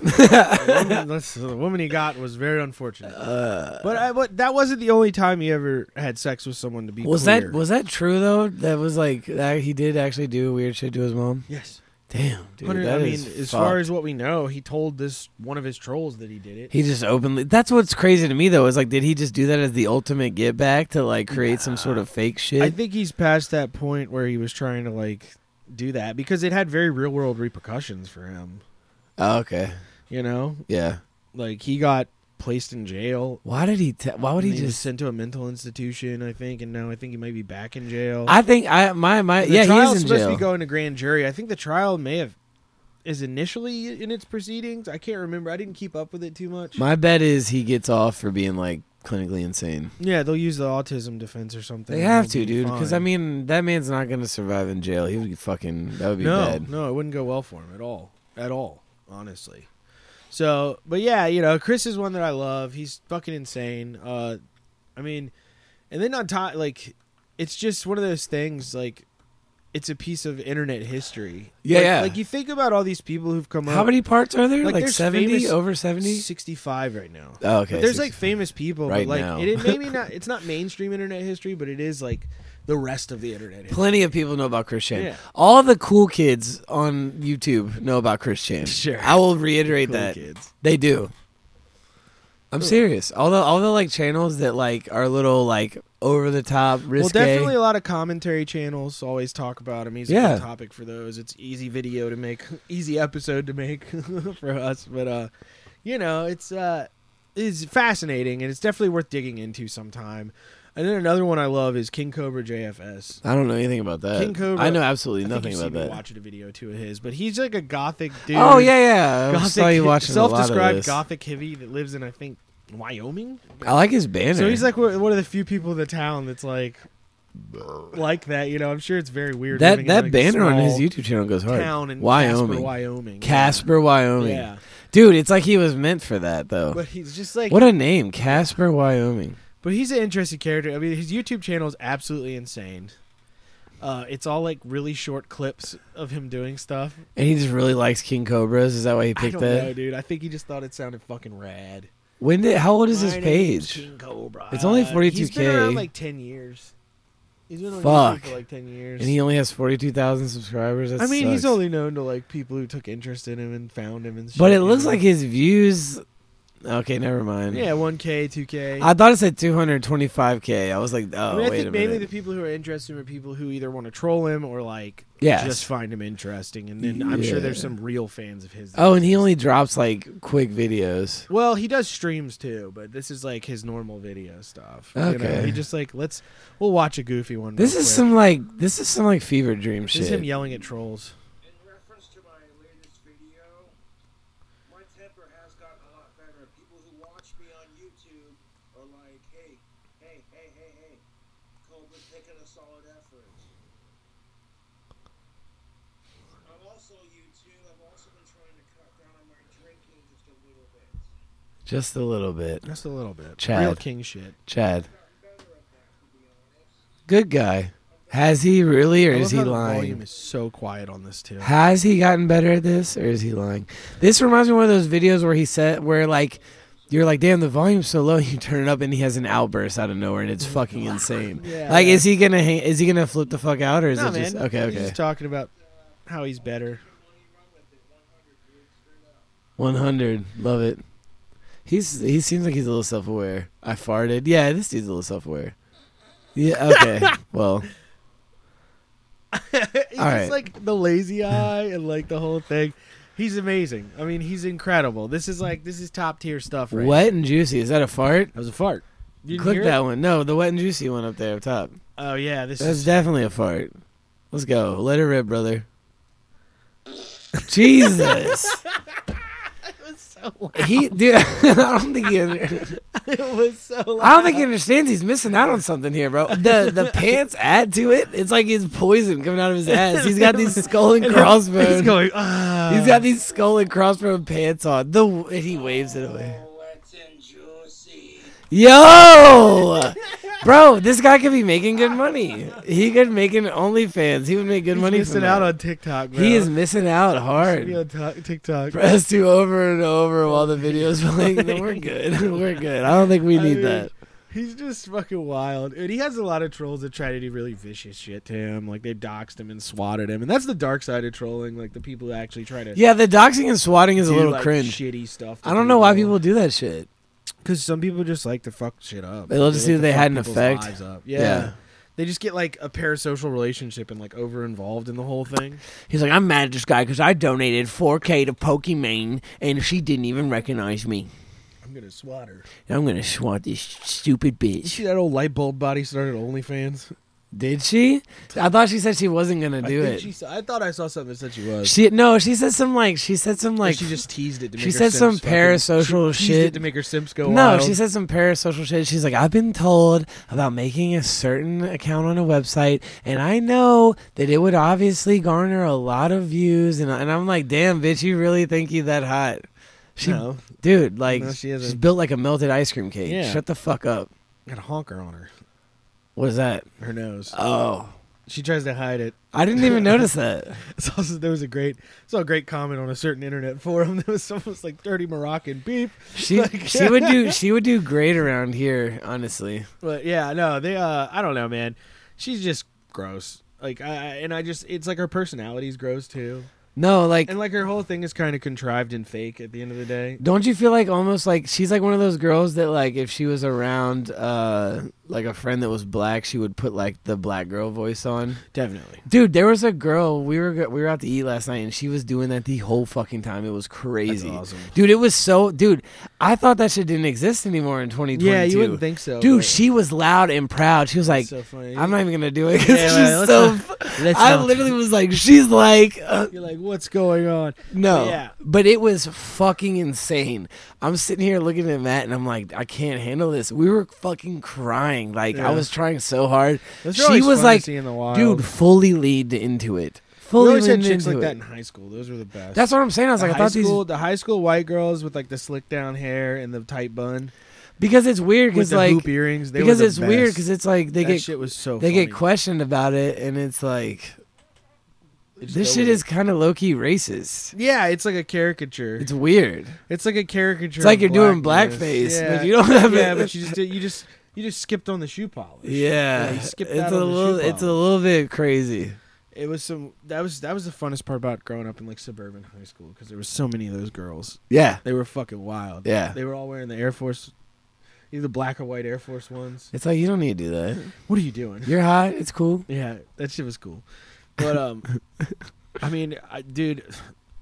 S6: the woman, that's- the woman he got was very unfortunate.
S5: uh,
S6: but I, but that wasn't the only time he ever had sex with someone. To be
S5: was
S6: clear.
S5: that was that true though? That was like that he did actually do weird shit to his mom.
S6: yes.
S5: Damn, dude,
S6: Hunter,
S5: that
S6: I mean,
S5: is
S6: as
S5: fucked.
S6: far as what we know, he told this one of his trolls that he did it.
S5: he just openly. That's what's crazy to me though. Is like, did he just do that as the ultimate get back to like create some sort of fake shit?
S6: I think he's past that point where he was trying to like do that because it had very real world repercussions for him.
S5: oh, okay,
S6: You know,
S5: yeah.
S6: like he got placed in jail.
S5: Why did he? T- why would
S6: and
S5: he
S6: he was
S5: just?
S6: sent to a mental institution? I think, and now I think he might be back in jail.
S5: I think I my my
S6: The
S5: yeah
S6: trial's
S5: he is in
S6: supposed
S5: jail.
S6: to be going to grand jury. I think the trial may have is initially in its proceedings. I can't remember. I didn't keep up with it too much.
S5: my bet is he gets off for being like clinically insane.
S6: yeah, they'll use the autism defense or something.
S5: They
S6: and
S5: have
S6: he'll
S5: to,
S6: be
S5: dude, because I
S6: fine.
S5: mean that man's not gonna survive in jail. He would be fucking that would be
S6: no,
S5: bad.
S6: no, it wouldn't go well for him at all, at all, honestly. So, but yeah, you know, Chris is one that I love. He's fucking insane. Uh, I mean, and then on top, like, it's just one of those things. Like, it's a piece of internet history.
S5: Yeah,
S6: like,
S5: yeah.
S6: like you think about all these people who've come
S5: How
S6: up.
S5: many parts are there?
S6: Like,
S5: Like,
S6: there's
S5: seventy
S6: famous-
S5: over seventy.
S6: 65 right now.
S5: Oh, okay.
S6: But there's
S5: six-
S6: like famous people,
S5: Right
S6: but like
S5: now.
S6: it, it maybe not. It's not mainstream internet history, but it is like the rest of the internet. history.
S5: plenty of people know about Chris Chan.
S6: Yeah.
S5: All the cool kids on YouTube know about Chris Chan.
S6: Sure.
S5: I will reiterate
S6: Cool
S5: that
S6: kids.
S5: they do. I'm serious. All the all the like channels that like are little like over the top risque.
S6: Well, definitely a lot of commentary channels always talk about him. He's a
S5: Yeah.
S6: good topic for those. It's easy video to make, easy episode to make for us. But uh, you know, it's uh, is fascinating and it's definitely worth digging into sometime. And then another one I love is King Cobra JFS.
S5: I don't know anything about that.
S6: King Cobra-
S5: I know absolutely
S6: I think
S5: nothing
S6: you've
S5: about
S6: seen me
S5: that.
S6: Watching a video too of his, but he's like a gothic dude.
S5: oh yeah, yeah. I
S6: Gothic,
S5: saw you watching a lot of
S6: self-described
S5: this.
S6: gothic hippie that lives in, I think, Wyoming.
S5: I like his banner.
S6: So he's like one one of the few people in the town that's like like that. You know, I'm sure it's very weird.
S5: that.
S6: living in,
S5: That
S6: like, a
S5: banner on his
S6: small
S5: YouTube channel goes hard.
S6: town in
S5: Wyoming,
S6: Casper, Wyoming.
S5: Casper, Wyoming.
S6: Yeah,
S5: Dude, it's like he was meant for that though.
S6: but he's just like
S5: what a name, Casper, Wyoming.
S6: But he's an interesting character. I mean, his YouTube channel is absolutely insane. Uh, it's all like really short clips of him doing stuff.
S5: And he just really likes King Cobras. Is that why he
S6: I
S5: picked
S6: don't
S5: that?
S6: know, dude. I think he just thought it sounded fucking rad.
S5: When did? How old is his
S6: My name's
S5: page?
S6: King Cobra.
S5: It's only
S6: Uh, He's been
S5: 42K.
S6: around like ten years. He's been on
S5: Fuck.
S6: YouTube for like ten years.
S5: And he only has forty two thousand subscribers. That
S6: I mean, he's
S5: sucks.
S6: only known to like people who took interest in him and found him and shit.
S5: But
S6: you
S5: it looks
S6: know?
S5: like his views. Okay, never mind.
S6: yeah, one k, two k.
S5: I thought it said 225k. I was like, oh,
S6: I mean, I
S5: wait a
S6: think mainly the
S5: minute.
S6: people who are interested are people who either want to troll him or like
S5: Yes.
S6: just find him interesting. And then I'm sure there's
S5: Yeah.
S6: some real fans of his.
S5: Oh, and he only drops like quick videos.
S6: well, he does streams too, but this is like his normal video stuff. you know?
S5: Okay.
S6: he just like let's we'll watch a goofy one.
S5: This
S6: real
S5: is
S6: quick.
S5: some like this is some like fever dream
S6: This is him
S5: shit.
S6: yelling at trolls.
S2: In reference to my latest video, my temper has gotten a lot better. People who watch me on YouTube are like, hey, hey, hey, hey, hey, Cobra's making a solid effort. I'm also YouTube. I've also been trying to cut down on my drinking just a little bit.
S5: Just a little bit,
S6: Just a little bit.
S5: Chad.
S6: Real king shit.
S5: Chad. Good guy. Has he really, or
S6: I
S5: is
S6: love
S5: he
S6: how the Volume
S5: lying?
S6: is so quiet on this too.
S5: Has he gotten better at this, or is he lying? This reminds me of one of those videos where he said, where like, you're like, damn, the volume's so low. You turn it up, and he has an outburst out of nowhere, and it's fucking insane.
S6: Yeah.
S5: Like, is he gonna hang, is he gonna flip the fuck out, or is
S6: Nah,
S5: it just
S6: man.
S5: okay?
S6: He's
S5: Okay,
S6: just talking about how he's better.
S5: 100, love it. He's he seems like he's a little self aware. I farted. Yeah, this dude's a little self aware. Yeah. Okay. well,
S6: he's just
S5: right.
S6: like the lazy eye and like the whole thing. He's amazing. I mean, he's incredible. This is like this is top tier stuff. Right
S5: wet and juicy. Is that a fart?
S6: That was a fart. You didn't
S5: Click
S6: hear
S5: that
S6: it?
S5: one. No, the wet and juicy one up there up top.
S6: Oh yeah, this
S5: That's
S6: is
S5: definitely a fart. Let's go. Let it rip, brother. Jesus.
S6: so loud.
S5: He dude, I don't think he under-
S6: it was so loud.
S5: I don't think he understands he's missing out on something here, bro. The the pants add to it. It's like it's poison coming out of his ass. He's got these skull and
S6: And then
S5: crossbones.
S6: He's going. Ah.
S5: He's got these skull and crossbones pants on. The and he waves it away.
S2: Let's enjoy see.
S5: Yo, bro, this guy could be making good money. He could make an OnlyFans. He would make good
S6: He's
S5: money.
S6: missing
S5: from
S6: out
S5: that.
S6: on TikTok. Bro.
S5: He is missing out
S6: Should be
S5: hard.
S6: on to- TikTok.
S5: Press two over and over while the video's playing. Then we're good. We're good. I don't think we
S6: I
S5: need
S6: mean,
S5: that.
S6: He's just fucking wild. And he has a lot of trolls that try to do really vicious shit to him. Like they doxed him and swatted him. And that's the dark side of trolling. Like the people who actually try to
S5: Yeah, the doxing and swatting is a
S6: do,
S5: little
S6: like,
S5: cringe.
S6: Shitty stuff.
S5: I don't know why people do that shit.
S6: Because some people just like to fuck shit up.
S5: They love to see
S6: like
S5: that they
S6: fuck
S5: had an
S6: people's
S5: effect.
S6: lives up. Yeah.
S5: Yeah.
S6: They just get like a parasocial relationship and like over involved in the whole thing.
S5: He's like, I'm mad at this guy because I donated 4K to Pokimane and she didn't even recognize me.
S6: I'm gonna swat her.
S5: I'm gonna swat this stupid
S6: You
S5: bitch.
S6: see that old light bulb body started OnlyFans?
S5: Did she? I thought she said she wasn't gonna do
S6: I
S5: it.
S6: think She, saw- I thought I saw something that said she was.
S5: She no, she said some like she said some
S6: Or
S5: like
S6: she just teased it. To
S5: she
S6: make her
S5: said some
S6: simps fucking-
S5: parasocial
S6: she teased it
S5: shit.
S6: to make her simps go.
S5: no,
S6: wild.
S5: she said some parasocial shit. She's like, I've been told about making a certain account on a website, and I know that it would obviously garner a lot of views. And, and I'm like, damn, bitch, you really think you that hot? She,
S6: No.
S5: dude, like,
S6: No, she isn't.
S5: she's built like a melted ice cream cake.
S6: Yeah.
S5: Shut the fuck up.
S6: got a honker on her.
S5: What is that?
S6: Her nose.
S5: Oh,
S6: She tries to hide it.
S5: I didn't even notice that.
S6: It's also there was a great saw a great comment on a certain internet forum that was almost like dirty Moroccan beep.
S5: She
S6: Like-
S5: she would do she would do great around here. Honestly,
S6: But yeah, no, they uh I don't know, man. She's just gross. Like I I- and I just it's like her personality's gross too.
S5: no, like.
S6: And like her whole thing is kind of contrived and fake at the end of the day.
S5: Don't you feel like almost like she's like one of those girls that like if she was around uh like a friend that was black, she would put like the black girl voice on.
S6: Definitely.
S5: Dude, there was a girl we were go- we were out to eat last night, and she was doing that the whole fucking time. It was crazy,
S6: awesome.
S5: dude. It was so, dude. I thought that shit didn't exist anymore in 2022.
S6: Yeah, you wouldn't think so.
S5: dude.
S6: but-
S5: She was loud and proud. She was like,
S6: so funny.
S5: "I'm not even gonna do it." 'cause
S6: Yeah, right,
S5: she's
S6: let's
S5: so.
S6: not-
S5: f-
S6: let's
S5: I
S6: not.
S5: literally was like, "She's like." uh,
S6: You're like, what's going on?
S5: no,
S6: Yeah.
S5: but it was fucking insane. I'm sitting here looking at Matt, and I'm like, I can't handle this. We were fucking crying. Like
S6: Yeah.
S5: I was trying so hard.
S6: Those are
S5: she
S6: always
S5: was
S6: fun to
S5: like,
S6: see in the wild.
S5: dude, fully lead into it.
S6: We
S5: Fully
S6: always had
S5: leaned
S6: chicks
S5: into
S6: like
S5: it.
S6: that in high school. Those were the best.
S5: That's what I'm saying. I was
S6: the
S5: like, I
S6: high
S5: thought
S6: school,
S5: these
S6: the high school white girls with like the slick down hair and the tight bun
S5: because it's weird because
S6: with the
S5: like
S6: hoop earrings. They
S5: because
S6: were the
S5: it's weird
S6: best.
S5: because it's like they
S6: that
S5: get
S6: shit was so.
S5: they
S6: funny.
S5: get questioned about it and it's like
S6: Just
S5: this
S6: go
S5: shit
S6: with
S5: is kind of low key racist.
S6: it. Yeah, it's like a caricature.
S5: It's
S6: It's,
S5: weird.
S6: like a caricature.
S5: It's like
S6: of
S5: you're doing
S6: blackness.
S5: blackface,
S6: Yeah.
S5: but you don't have
S6: yeah,
S5: it.
S6: but you just did, you just you just skipped on the shoe polish.
S5: Yeah,
S6: you skipped
S5: it's
S6: out
S5: a
S6: on the shoe
S5: little it's a
S6: polish.
S5: little bit crazy.
S6: It was some that was that was the funnest part about growing up in like suburban high school because there was so many of those girls.
S5: Yeah,
S6: They were fucking wild.
S5: Yeah.
S6: they were all wearing the Air Force, either black or white Air Force ones.
S5: it's like you don't need to do that.
S6: What are you doing?
S5: You're hot. It's cool.
S6: Yeah, that shit was cool. But um, I mean, I, dude,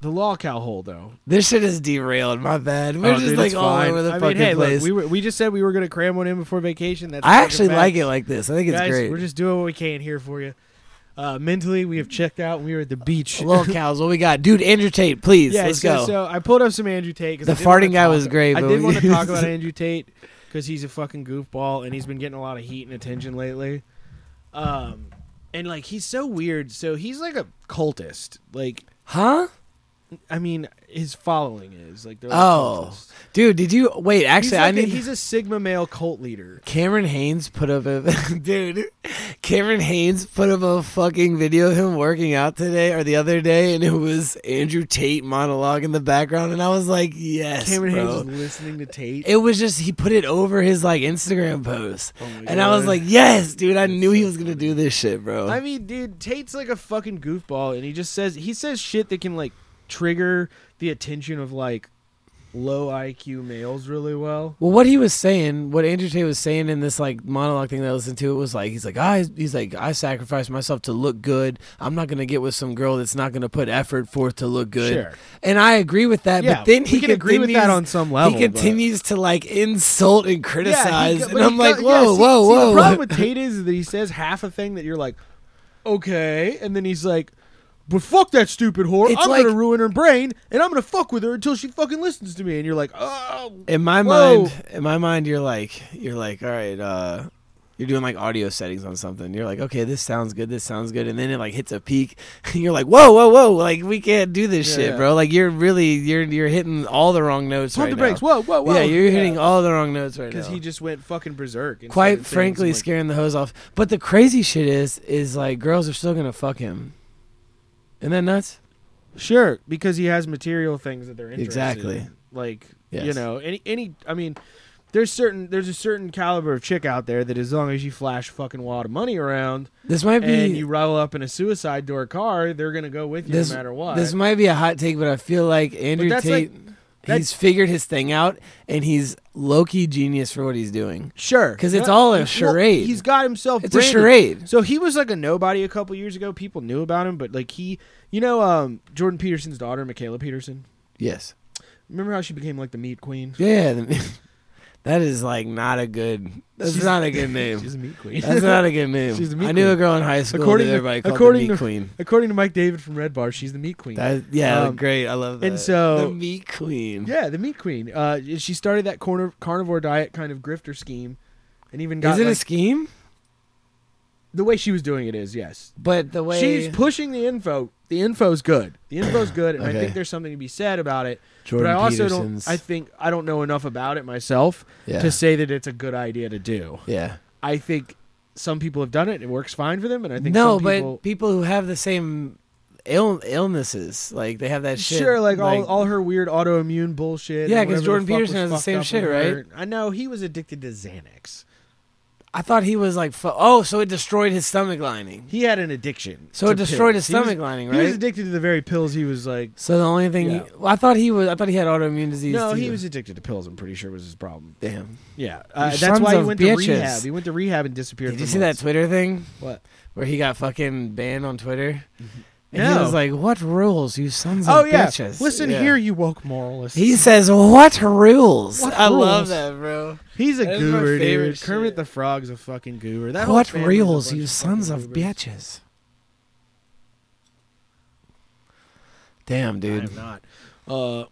S6: the law cow hole though.
S5: This shit is derailed. My bad. We're
S6: Oh,
S5: just
S6: dude,
S5: like
S6: it's
S5: all
S6: fine.
S5: over the
S6: I mean,
S5: fucking
S6: hey, look,
S5: place.
S6: we were, we just said we were gonna cram one in before vacation. That's
S5: I
S6: fucking
S5: actually
S6: facts.
S5: like it like this. I think it's
S6: Guys,
S5: great.
S6: We're just doing what we can here for you. Uh, mentally, we have checked out. We were at the beach.
S5: Little cows. What we got, dude? Andrew Tate, please.
S6: yeah,
S5: let's
S6: so,
S5: go.
S6: So I pulled up some Andrew Tate. 'cause
S5: The
S6: I did wanna
S5: farting guy was
S6: talk-
S5: great,
S6: I
S5: but
S6: did
S5: we-
S6: want to talk about Andrew Tate because he's a fucking goofball and he's been getting a lot of heat and attention lately. Um, and like he's so weird. So he's like a cultist. Like
S5: huh?
S6: I mean, his following is like they're like
S5: Oh.
S6: cultists.
S5: Dude, did you wait? Actually,
S6: He's like
S5: I need.
S6: a, he's a Sigma male cult leader.
S5: Cameron Haynes put up a dude. Cameron Haynes put up a fucking video of him working out today or the other day, and it was Andrew Tate monologue in the background, and I was like, yes,
S6: Cameron
S5: bro.
S6: Hayes is listening to Tate.
S5: It was just he put it over his like Instagram post,
S6: Oh my
S5: and I was
S6: God.
S5: like, yes, dude. I knew
S6: so
S5: he was gonna do this shit, bro.
S6: I mean, dude, Tate's like a fucking goofball, and he just says he says shit that can like trigger the attention of like low IQ males really well.
S5: Well, what he was saying, what Andrew Tate was saying in this like monologue thing that I listened to, it was like he's like I he's like I sacrificed myself to look good. I'm not gonna get with some girl that's not gonna put effort forth to look good.
S6: Sure.
S5: And I agree with that.
S6: Yeah,
S5: but then
S6: we
S5: he
S6: can agree with that
S5: continues-
S6: on some level,
S5: He
S6: but-
S5: continues to like insult and criticize,
S6: Yeah, he-
S5: and
S6: but
S5: I'm
S6: he
S5: like,
S6: got- yeah,
S5: whoa,
S6: see-
S5: whoa,
S6: see,
S5: whoa.
S6: The problem with Tate is that he says half a thing that you're like, okay, and then he's like. But fuck that stupid whore!
S5: It's
S6: I'm
S5: like-
S6: gonna ruin her brain, and I'm gonna fuck with her until she fucking listens to me. And you're like, oh,
S5: in my
S6: Whoa.
S5: mind, in my mind, you're like, you're like, all right, uh, you're doing like audio settings on something. You're like, okay, this sounds good, this sounds good, and then it like hits a peak, and you're like, whoa, whoa, whoa, like we can't do this
S6: Yeah,
S5: shit,
S6: yeah.
S5: bro. Like you're really, you're you're hitting all the wrong notes
S6: pump
S5: right
S6: the brakes!
S5: now.
S6: Whoa, whoa, whoa!
S5: Yeah, you're hitting all the wrong notes right now.
S6: because he just went fucking berserk. and
S5: quite
S6: started saying
S5: frankly
S6: some, like,
S5: scaring the hose off. But the crazy shit is, is like girls are still gonna fuck him. Isn't that nuts?
S6: Sure, because he has material things that they're interested
S5: Exactly.
S6: in. Like you
S5: Yes.
S6: know, any any I mean, there's certain there's a certain caliber of chick out there that as long as you flash fucking wad of money around
S5: This might be
S6: and you roll up in a suicide door car, they're gonna go with you
S5: this,
S6: no matter what.
S5: This might be a hot take, but I feel like Andrew
S6: that's
S5: Tate,
S6: like-
S5: he's
S6: that's-
S5: figured his thing out, and he's low key genius for what he's doing.
S6: sure,
S5: 'Cause it's all a
S6: Well,
S5: charade.
S6: he's got himself.
S5: It's a
S6: branded.
S5: charade.
S6: So he was like a nobody a couple years ago. People knew about him, but like he, you know, um, Jordan Peterson's daughter, Michaela Peterson.
S5: Yes.
S6: Remember how she became like the meat queen?
S5: Yeah. the- That is like not a good. That's
S6: She's-
S5: not a good name.
S6: She's a meat queen.
S5: That's not a good name.
S6: She's the meat
S5: I knew
S6: queen.
S5: a girl in high school
S6: According
S5: that
S6: to-
S5: everybody called
S6: according
S5: the meat
S6: to-
S5: queen.
S6: According to Mike David from Red Bar, she's the meat queen.
S5: That, yeah,
S6: Um,
S5: great. I love that.
S6: and so-
S5: the meat queen.
S6: yeah, the meat queen. Uh, she started that corner, carnivore diet kind of grifter scheme, and even got
S5: is it a
S6: like-
S5: scheme?
S6: the way she was doing it is yes.
S5: But the way
S6: She's pushing the info. The info's good. The info's good, and I
S5: Okay.
S6: think there's something to be said about it.
S5: Jordan
S6: but I also
S5: Peterson's.
S6: don't. I think I don't know enough about it myself
S5: Yeah.
S6: to say that it's a good idea to do.
S5: yeah.
S6: I think some people have done it. It works fine for them, and I think
S5: No,
S6: some
S5: but
S6: people,
S5: people who have the same ill- illnesses, like they have that shit.
S6: Sure, like, all, all her weird autoimmune bullshit.
S5: Yeah,
S6: and
S5: 'cause
S6: whatever the
S5: Jordan
S6: fuck
S5: Peterson
S6: was
S5: has the
S6: fucked
S5: same
S6: up
S5: shit,
S6: with her.
S5: right?
S6: I know he was addicted to Xanax.
S5: I thought he was like, fu- oh, so it destroyed his stomach lining.
S6: He had an addiction.
S5: So it
S6: to
S5: destroyed his
S6: pills. He was-
S5: stomach lining,
S6: He was
S5: right?
S6: addicted to the very pills he was like.
S5: So the only thing,
S6: Yeah.
S5: he, well, I thought he was, I thought he had autoimmune disease.
S6: No,
S5: too.
S6: he was addicted to pills. I'm pretty sure was his problem.
S5: Damn.
S6: Yeah, uh,
S5: You
S6: that's
S5: sons
S6: why he
S5: of
S6: went
S5: bitches.
S6: to rehab. He went to rehab and disappeared.
S5: Did
S6: for
S5: you see that
S6: months.
S5: Twitter thing
S6: What?
S5: where he got fucking banned on Twitter? And he
S6: Mm-hmm. No.
S5: was like, "What rules, you sons
S6: Oh
S5: of
S6: yeah.
S5: bitches?"
S6: Listen
S5: Yeah.
S6: here, you woke moralist.
S5: He says, "What rules?"
S6: What
S5: I love
S6: rules?
S5: that, bro.
S6: He's a
S5: That is my
S6: goober,
S5: favorite
S6: dude. Kermit
S5: shit.
S6: the Frog's a fucking goober. That
S5: what
S6: whole family's a
S5: reels,
S6: bunch
S5: you
S6: of
S5: sons
S6: fucking
S5: of
S6: goobers.
S5: bitches? Damn,
S6: I
S5: dude.
S6: am not. Uh,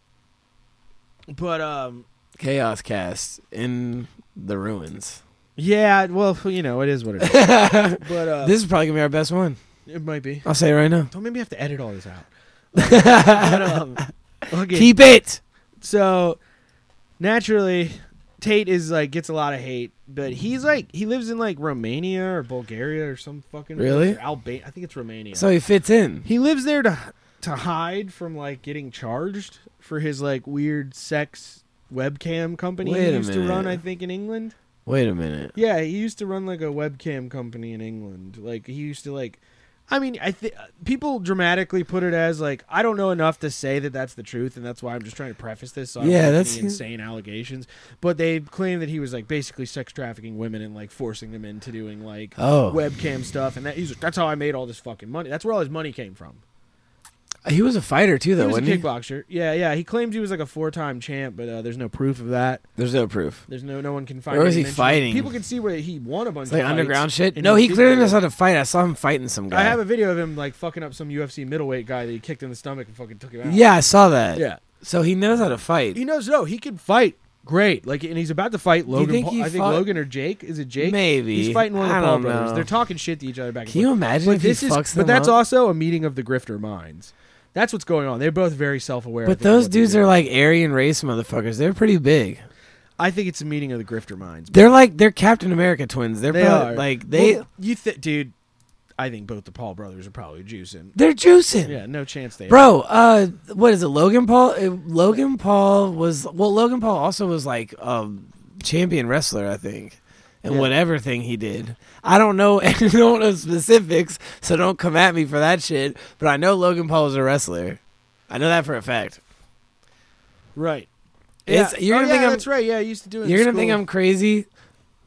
S6: but um,
S5: Chaos cast in the ruins.
S6: yeah. Well, you know, it is what it is. but uh,
S5: This is probably gonna be our best one.
S6: it might be.
S5: I'll say it right now.
S6: Don't make me have to edit all this out. But, um, okay.
S5: Keep it.
S6: so naturally, Tate is like gets a lot of hate, but he's like he lives in like Romania or Bulgaria or some fucking
S5: Really?
S6: or Alba- I think it's Romania.
S5: So he fits in.
S6: He lives there to to hide from like getting charged for his like weird sex webcam company
S5: Wait
S6: he
S5: a
S6: used to run,
S5: minute.
S6: I think, in England.
S5: Wait a minute.
S6: Yeah, he used to run like a webcam company in England. Like he used to like I mean, I think people dramatically put it as like I don't know enough to say that that's the truth, and that's why I'm just trying to preface this. So I don't
S5: Yeah,
S6: make
S5: that's-
S6: any insane allegations. But they claim that he was like basically sex trafficking women and like forcing them into doing like
S5: Oh.
S6: webcam stuff, and that he's like, that's how I made all this fucking money. That's where all his money came from.
S5: He was a fighter too, though,
S6: He was a
S5: wasn't he?
S6: kickboxer. Yeah, yeah. He claimed he was like a four-time champ, but uh, there's no proof of that.
S5: There's no proof.
S6: There's no no one can find.
S5: Where was
S6: any
S5: he
S6: mention.
S5: fighting?
S6: People can see where he won a bunch.
S5: It's like
S6: of fights,
S5: underground shit.
S6: and
S5: No,
S6: was
S5: he
S6: big
S5: clearly
S6: there.
S5: knows how to fight. I saw him fighting some guy.
S6: I have a video of him like fucking up some UFC middleweight guy that he kicked in the stomach and fucking took him out.
S5: yeah, I saw that.
S6: yeah.
S5: So he knows how to fight.
S6: He knows no, he can fight. Great, like, and he's about to fight Logan.
S5: think
S6: Paul.
S5: he
S6: I think
S5: fought-
S6: Logan or Jake. Is it Jake?
S5: Maybe.
S6: he's fighting one of the
S5: I
S6: Paul
S5: don't
S6: brothers.
S5: know.
S6: They're talking shit to each other back. and
S5: Can you
S6: forth.
S5: imagine
S6: But
S5: if
S6: this
S5: he
S6: is,
S5: fucks
S6: but
S5: them
S6: that's
S5: up?
S6: also a meeting of the grifter minds. That's what's going on. They're both very self-aware.
S5: But those dudes are like Aryan race motherfuckers. They're pretty big.
S6: I think it's a meeting of the grifter minds.
S5: They're like they're Captain America twins. They're
S6: They
S5: probably,
S6: are
S5: like they
S6: Well, you th- dude. I think both the Paul brothers are probably juicing.
S5: they're juicing.
S6: Yeah, no chance they.
S5: Bro, uh, what is it? Logan Paul. uh, Logan Paul was well. Logan Paul also was like a champion wrestler, I think, and
S6: Yeah.
S5: whatever thing he did. I don't know. I don't know specifics, so don't come at me for that shit. But I know Logan Paul was a wrestler. I know that for a fact.
S6: Right.
S5: It's- you're
S6: Oh,
S5: gonna
S6: yeah,
S5: think I'm-
S6: that's right. Yeah, I used to do it. in
S5: You're gonna think
S6: school.
S5: I'm crazy.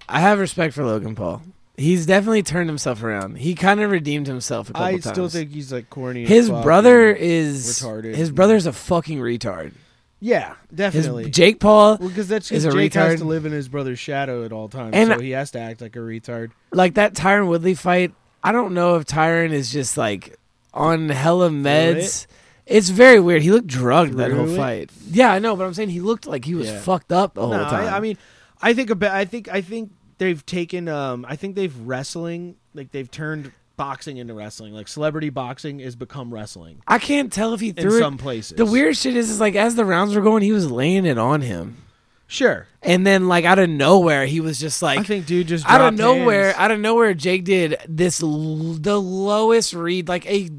S5: I have respect for Logan Paul. He's definitely turned himself around. He kind of redeemed himself a couple
S6: I
S5: times.
S6: still think he's like corny. as
S5: his
S6: fuck
S5: brother
S6: and-
S5: is
S6: retarded.
S5: his brother's a fucking retard.
S6: Yeah,
S5: His,
S6: definitely.
S5: Jake Paul,
S6: well, because that's
S5: is
S6: because
S5: a
S6: Jake
S5: retard.
S6: has to live in his brother's shadow at all times,
S5: And-
S6: so he has to act like a retard.
S5: like that Tyron Woodley fight. I don't know if Tyron is just like on hella meds. It's very weird. He looked drugged that
S6: Through
S5: whole
S6: it?
S5: fight. Yeah, I know, but I'm saying he looked like he was
S6: Yeah.
S5: fucked up the whole
S6: no,
S5: time.
S6: I, I mean, I think about. I think. I think they've taken. Um, I think they've wrestling. Like they've turned boxing into wrestling. Like celebrity boxing has become wrestling
S5: I can't tell if he
S6: in
S5: threw it.
S6: some places.
S5: The weird shit is, is like as the rounds were going, he was laying it on him,
S6: Sure.
S5: and then like out of nowhere, he was just like
S6: I think dude just
S5: out of
S6: dropped
S5: nowhere,
S6: hands.
S5: out of nowhere, Jake did this l- the lowest read, like a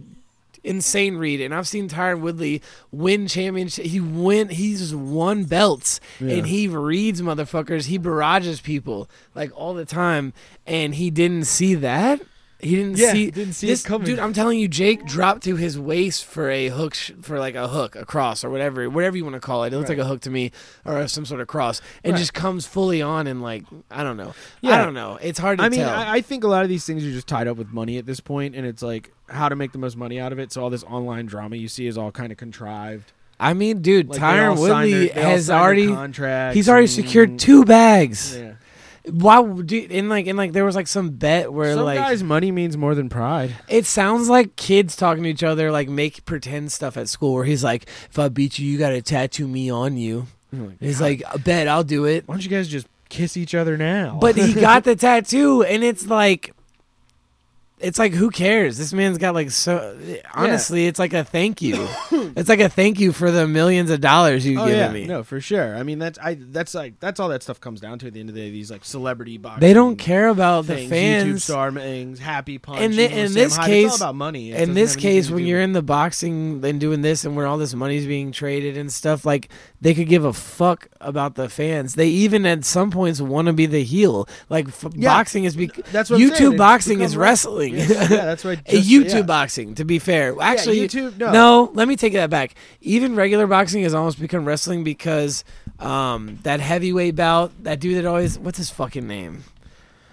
S5: insane read. And I've seen Tyron Woodley win championship. He win. He's won belts, and he reads motherfuckers. He barrages people like all the time, and he didn't see that. He didn't
S6: Yeah,
S5: see.
S6: didn't see it
S5: this,
S6: coming.
S5: dude. I'm telling you, Jake dropped to his waist for a hook, sh- for like a hook, a cross, or whatever, whatever you want to call it. It looks like a hook to me, or some sort of cross, and just comes fully on and like I don't know. I
S6: Yeah.
S5: don't know. It's hard to
S6: I mean,
S5: tell.
S6: I, I think a lot of these things are just tied up with money at this point, and it's like how to make the most money out of it. So all this online drama you see is all kind of contrived.
S5: I mean, dude,
S6: Like, they all
S5: Tyron
S6: signed
S5: Woodley
S6: their- they all
S5: has
S6: signed their
S5: already
S6: contracts
S5: he's already
S6: and-
S5: secured two bags.
S6: Yeah.
S5: Why would you- and like and like there was like some bet where
S6: Some
S5: like
S6: guys' money means more than pride.
S5: it sounds like kids talking to each other like make pretend stuff at school where he's like if I beat you you got to tattoo me on you. He's like I bet I'll do it.
S6: Why don't you guys just kiss each other now?
S5: But he got the tattoo and it's like it's like who cares? This man's got like so. Honestly, it's like a thank you. it's like a thank you for the millions of dollars you've
S6: Oh
S5: given
S6: yeah,
S5: me.
S6: no, for sure. I mean, that's I. That's like that's all that stuff comes down to at the end of the day. These like celebrity boxing.
S5: They don't care about the
S6: things, YouTube
S5: fans.
S6: star things, happy punch.
S5: In thi-
S6: even with
S5: in
S6: Sam
S5: this
S6: Hyde, it's all
S5: case-
S6: about money. It
S5: in
S6: doesn't
S5: this
S6: have anything
S5: case,
S6: to
S5: when
S6: do
S5: you're
S6: with-
S5: in the boxing and doing this, and when all this money's being traded and stuff, like they could give a fuck about the fans. They even at some points want to be the heel. Like f-
S6: Yeah,
S5: boxing is bec
S6: that's what I'm
S5: YouTube
S6: saying. It's
S5: boxing
S6: become
S5: is
S6: wrest-
S5: wrestling.
S6: Yeah, that's what I
S5: A
S6: just-
S5: YouTube
S6: yeah.
S5: boxing, to be fair. Actually,
S6: YouTube- no.
S5: let me take that back. Even regular boxing has almost become wrestling because um, that heavyweight bout, that dude that always, what's his fucking name?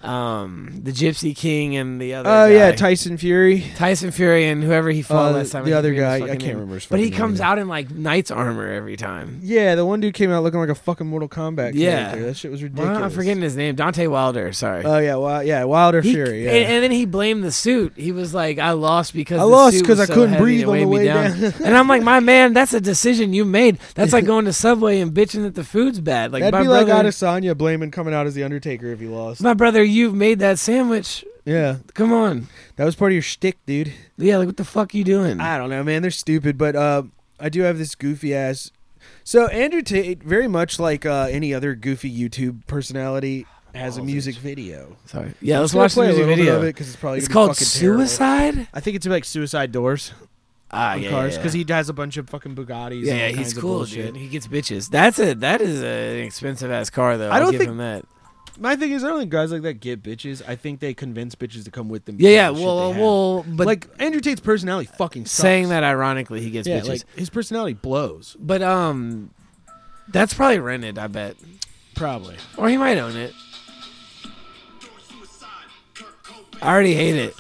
S5: Um, the Gypsy King and the other.
S6: Oh yeah,
S5: guy.
S6: Tyson Fury.
S5: Tyson Fury and whoever he fought
S6: Uh,
S5: Oh, last time.
S6: the
S5: I
S6: other
S5: forget his
S6: guy, I
S5: fucking
S6: can't
S5: name.
S6: remember his
S5: But he
S6: fucking name
S5: comes
S6: either.
S5: out in like knight's armor every time.
S6: Yeah, the one dude came out looking like a fucking Mortal Kombat
S5: Yeah.
S6: character. That shit was
S5: Why
S6: ridiculous.
S5: am I forgetting his name? Dante Wilder. Sorry.
S6: Oh yeah, well, yeah, Wilder
S5: He-
S6: Fury. Yeah.
S5: and, and then he blamed the suit. He was like, "I lost because
S6: I
S5: the
S6: lost
S5: suit
S6: 'cause
S5: was
S6: I
S5: so
S6: couldn't
S5: heavy
S6: breathe
S5: it
S6: on the
S5: weighed me
S6: way
S5: down."
S6: down.
S5: and I'm like, "My man, that's a decision you made. That's like going to Subway and bitching that the food's bad. Like
S6: That'd
S5: my
S6: be
S5: brother,
S6: like Adesanya blaming coming out as the Undertaker if he lost.
S5: my brother, you've made that sandwich.
S6: Yeah,
S5: Come on,
S6: that was part of your shtick, dude.
S5: yeah. Like what the fuck you doing?
S6: I don't know, man. They're stupid, but uh, I do have this goofy ass. So Andrew Tate, very much like uh, any other goofy YouTube personality, has a music video.
S5: Sorry. Yeah, let's
S6: Gonna
S5: watch the
S6: play a
S5: music
S6: little bit
S5: video.
S6: of it 'cause it's probably
S5: it's
S6: gonna be
S5: called
S6: fucking terrible.
S5: Suicide.
S6: I think it's like suicide doors
S5: Ah,
S6: on
S5: yeah, yeah,
S6: cars
S5: yeah.
S6: because he has a bunch of fucking Bugattis. and
S5: Yeah,
S6: all
S5: yeah
S6: kinds
S5: he's
S6: of
S5: cool,
S6: bullshit.
S5: dude. He gets bitches. That's a that is an expensive ass car though.
S6: I
S5: I'll
S6: don't
S5: give
S6: think-
S5: him that.
S6: My thing is, I don't think guys like that get bitches. I think they convince bitches to come with them.
S5: Yeah, yeah.
S6: because of the shit
S5: Well,
S6: they have.
S5: well, but
S6: like Andrew Tate's personality fucking sucks.
S5: saying that ironically, he gets
S6: yeah,
S5: bitches.
S6: like his personality blows.
S5: but um, that's probably rented. I bet,
S6: Probably.
S5: or he might own it. I already hate it.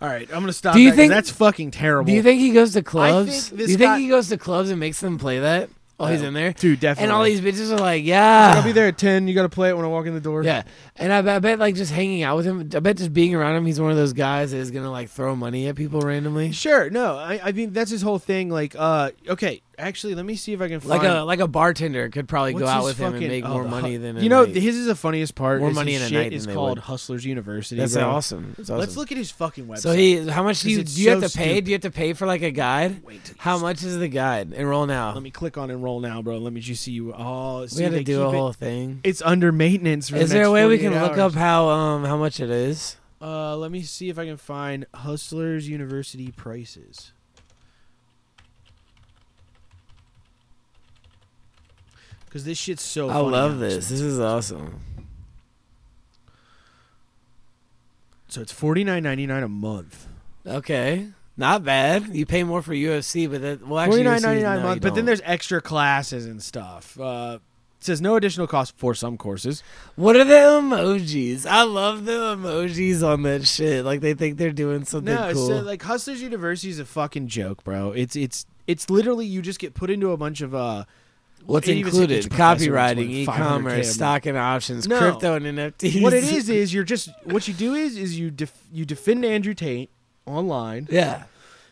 S6: All right, I'm gonna stop.
S5: Do you
S6: that 'cause
S5: think-
S6: that's fucking terrible?
S5: Do you think he goes to clubs?
S6: think
S5: Do
S6: this
S5: you think
S6: guy- Oh,
S5: he goes to clubs and makes them play that while he's in there?
S6: dude,
S5: And all
S6: definitely.
S5: these bitches are like, yeah,
S6: I'll be there at ten? You gotta play it when I walk in the door.
S5: Yeah, and I, I bet like just hanging out with him. I bet just being around him, he's one of those guys that is gonna like throw money at people randomly,
S6: Sure. No, I, I mean that's his whole thing. Like, uh, okay, actually, let me see if I can find
S5: like a like a bartender could probably
S6: what's
S5: go out
S6: his
S5: with him and
S6: fucking-
S5: make
S6: oh,
S5: more
S6: the
S5: money
S6: hu-
S5: than a
S6: you know.
S5: night.
S6: His is the funniest part.
S5: More
S6: is
S5: money
S6: his
S5: in a
S6: shit
S5: night
S6: is
S5: than they
S6: called
S5: would.
S6: Hustlers University.
S5: That's
S6: bro.
S5: awesome. That's awesome.
S6: Let's look at his fucking website.
S5: So he, how much do you
S6: Because it's
S5: do you have
S6: so
S5: to pay?
S6: stupid.
S5: Do you have to pay for like a guide?
S6: Wait till you
S5: How
S6: see-
S5: much is the guide? Enroll now.
S6: Let me click on enroll now, bro. Let me just see you. Oh,
S5: we
S6: see,
S5: got to
S6: they
S5: do a
S6: keep it-
S5: whole thing.
S6: It's under maintenance. For the
S5: Is there
S6: next
S5: a way we
S6: 48
S5: can look up
S6: hours.
S5: how um how much it is?
S6: Uh, let me see if I can find Hustlers University prices. Because this shit's so.
S5: I
S6: Oh, funny
S5: love
S6: how
S5: this.
S6: it's-
S5: This is awesome.
S6: So it's forty nine ninety nine a month.
S5: Okay, not bad. You pay more for UFC, but that well actually
S6: Forty nine
S5: UFC
S6: ninety nine
S5: no,
S6: a
S5: you
S6: month. But then
S5: don't.
S6: there's extra classes and stuff. Uh, it says no additional cost for some courses.
S5: What are the emojis? I love the emojis on that shit. Like they think they're doing something
S6: No,
S5: cool.
S6: so like Hustlers University is a fucking joke, bro. It's it's it's literally you just get put into a bunch of uh
S5: What's
S6: it even said each
S5: included?
S6: professor was
S5: Copywriting,
S6: worth 500K a month.
S5: e-commerce, stock and options,
S6: No.
S5: crypto and NFTs.
S6: what it is is you're just what you do is is you def, you defend Andrew Tate online.
S5: Yeah.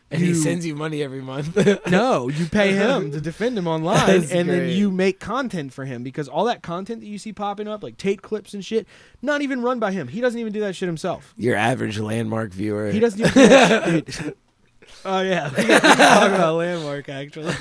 S5: And
S6: You-
S5: he sends you money every month.
S6: No, you pay him to defend him online,
S5: That's
S6: and then
S5: great.
S6: you make content for him because all that content that you see popping up, like Tate clips and shit, not even run by him. He doesn't even do that shit himself.
S5: Your average landmark viewer.
S6: He doesn't even do that shit. Oh yeah, we gotta talk about landmark actually.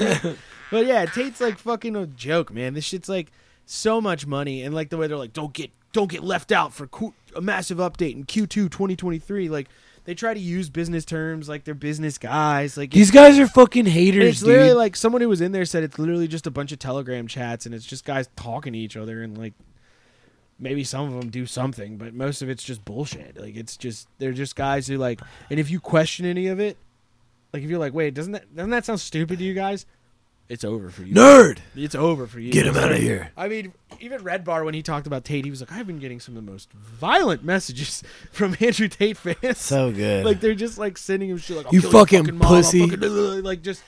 S6: but yeah, Tate's like fucking a joke, man. This shit's like so much money, and like the way they're like, don't get don't get left out for Q- a massive update in Q2 2023. Like they try to use business terms, like they're business guys. Like
S5: These guys are fucking
S6: and
S5: haters,
S6: it's literally
S5: dude.
S6: like someone who was in there said it's literally just a bunch of Telegram chats, and it's just guys talking to each other, and like maybe some of them do something, but most of it's just bullshit. Like it's just they're just guys who like, and if you question any of it, like if you're like, wait, doesn't that doesn't that sound stupid to you guys? It's over for you.
S5: Nerd!
S6: it's over for you.
S5: Get him out of here.
S6: I mean, even Red Bar when he talked about Tate, he was like, I've been getting some of the most violent messages from Andrew Tate fans.
S5: So good.
S6: Like they're just like sending him shit like I'll
S5: You
S6: kill
S5: fucking
S6: your fucking mom, I'll
S5: pussy.
S6: fucking- like just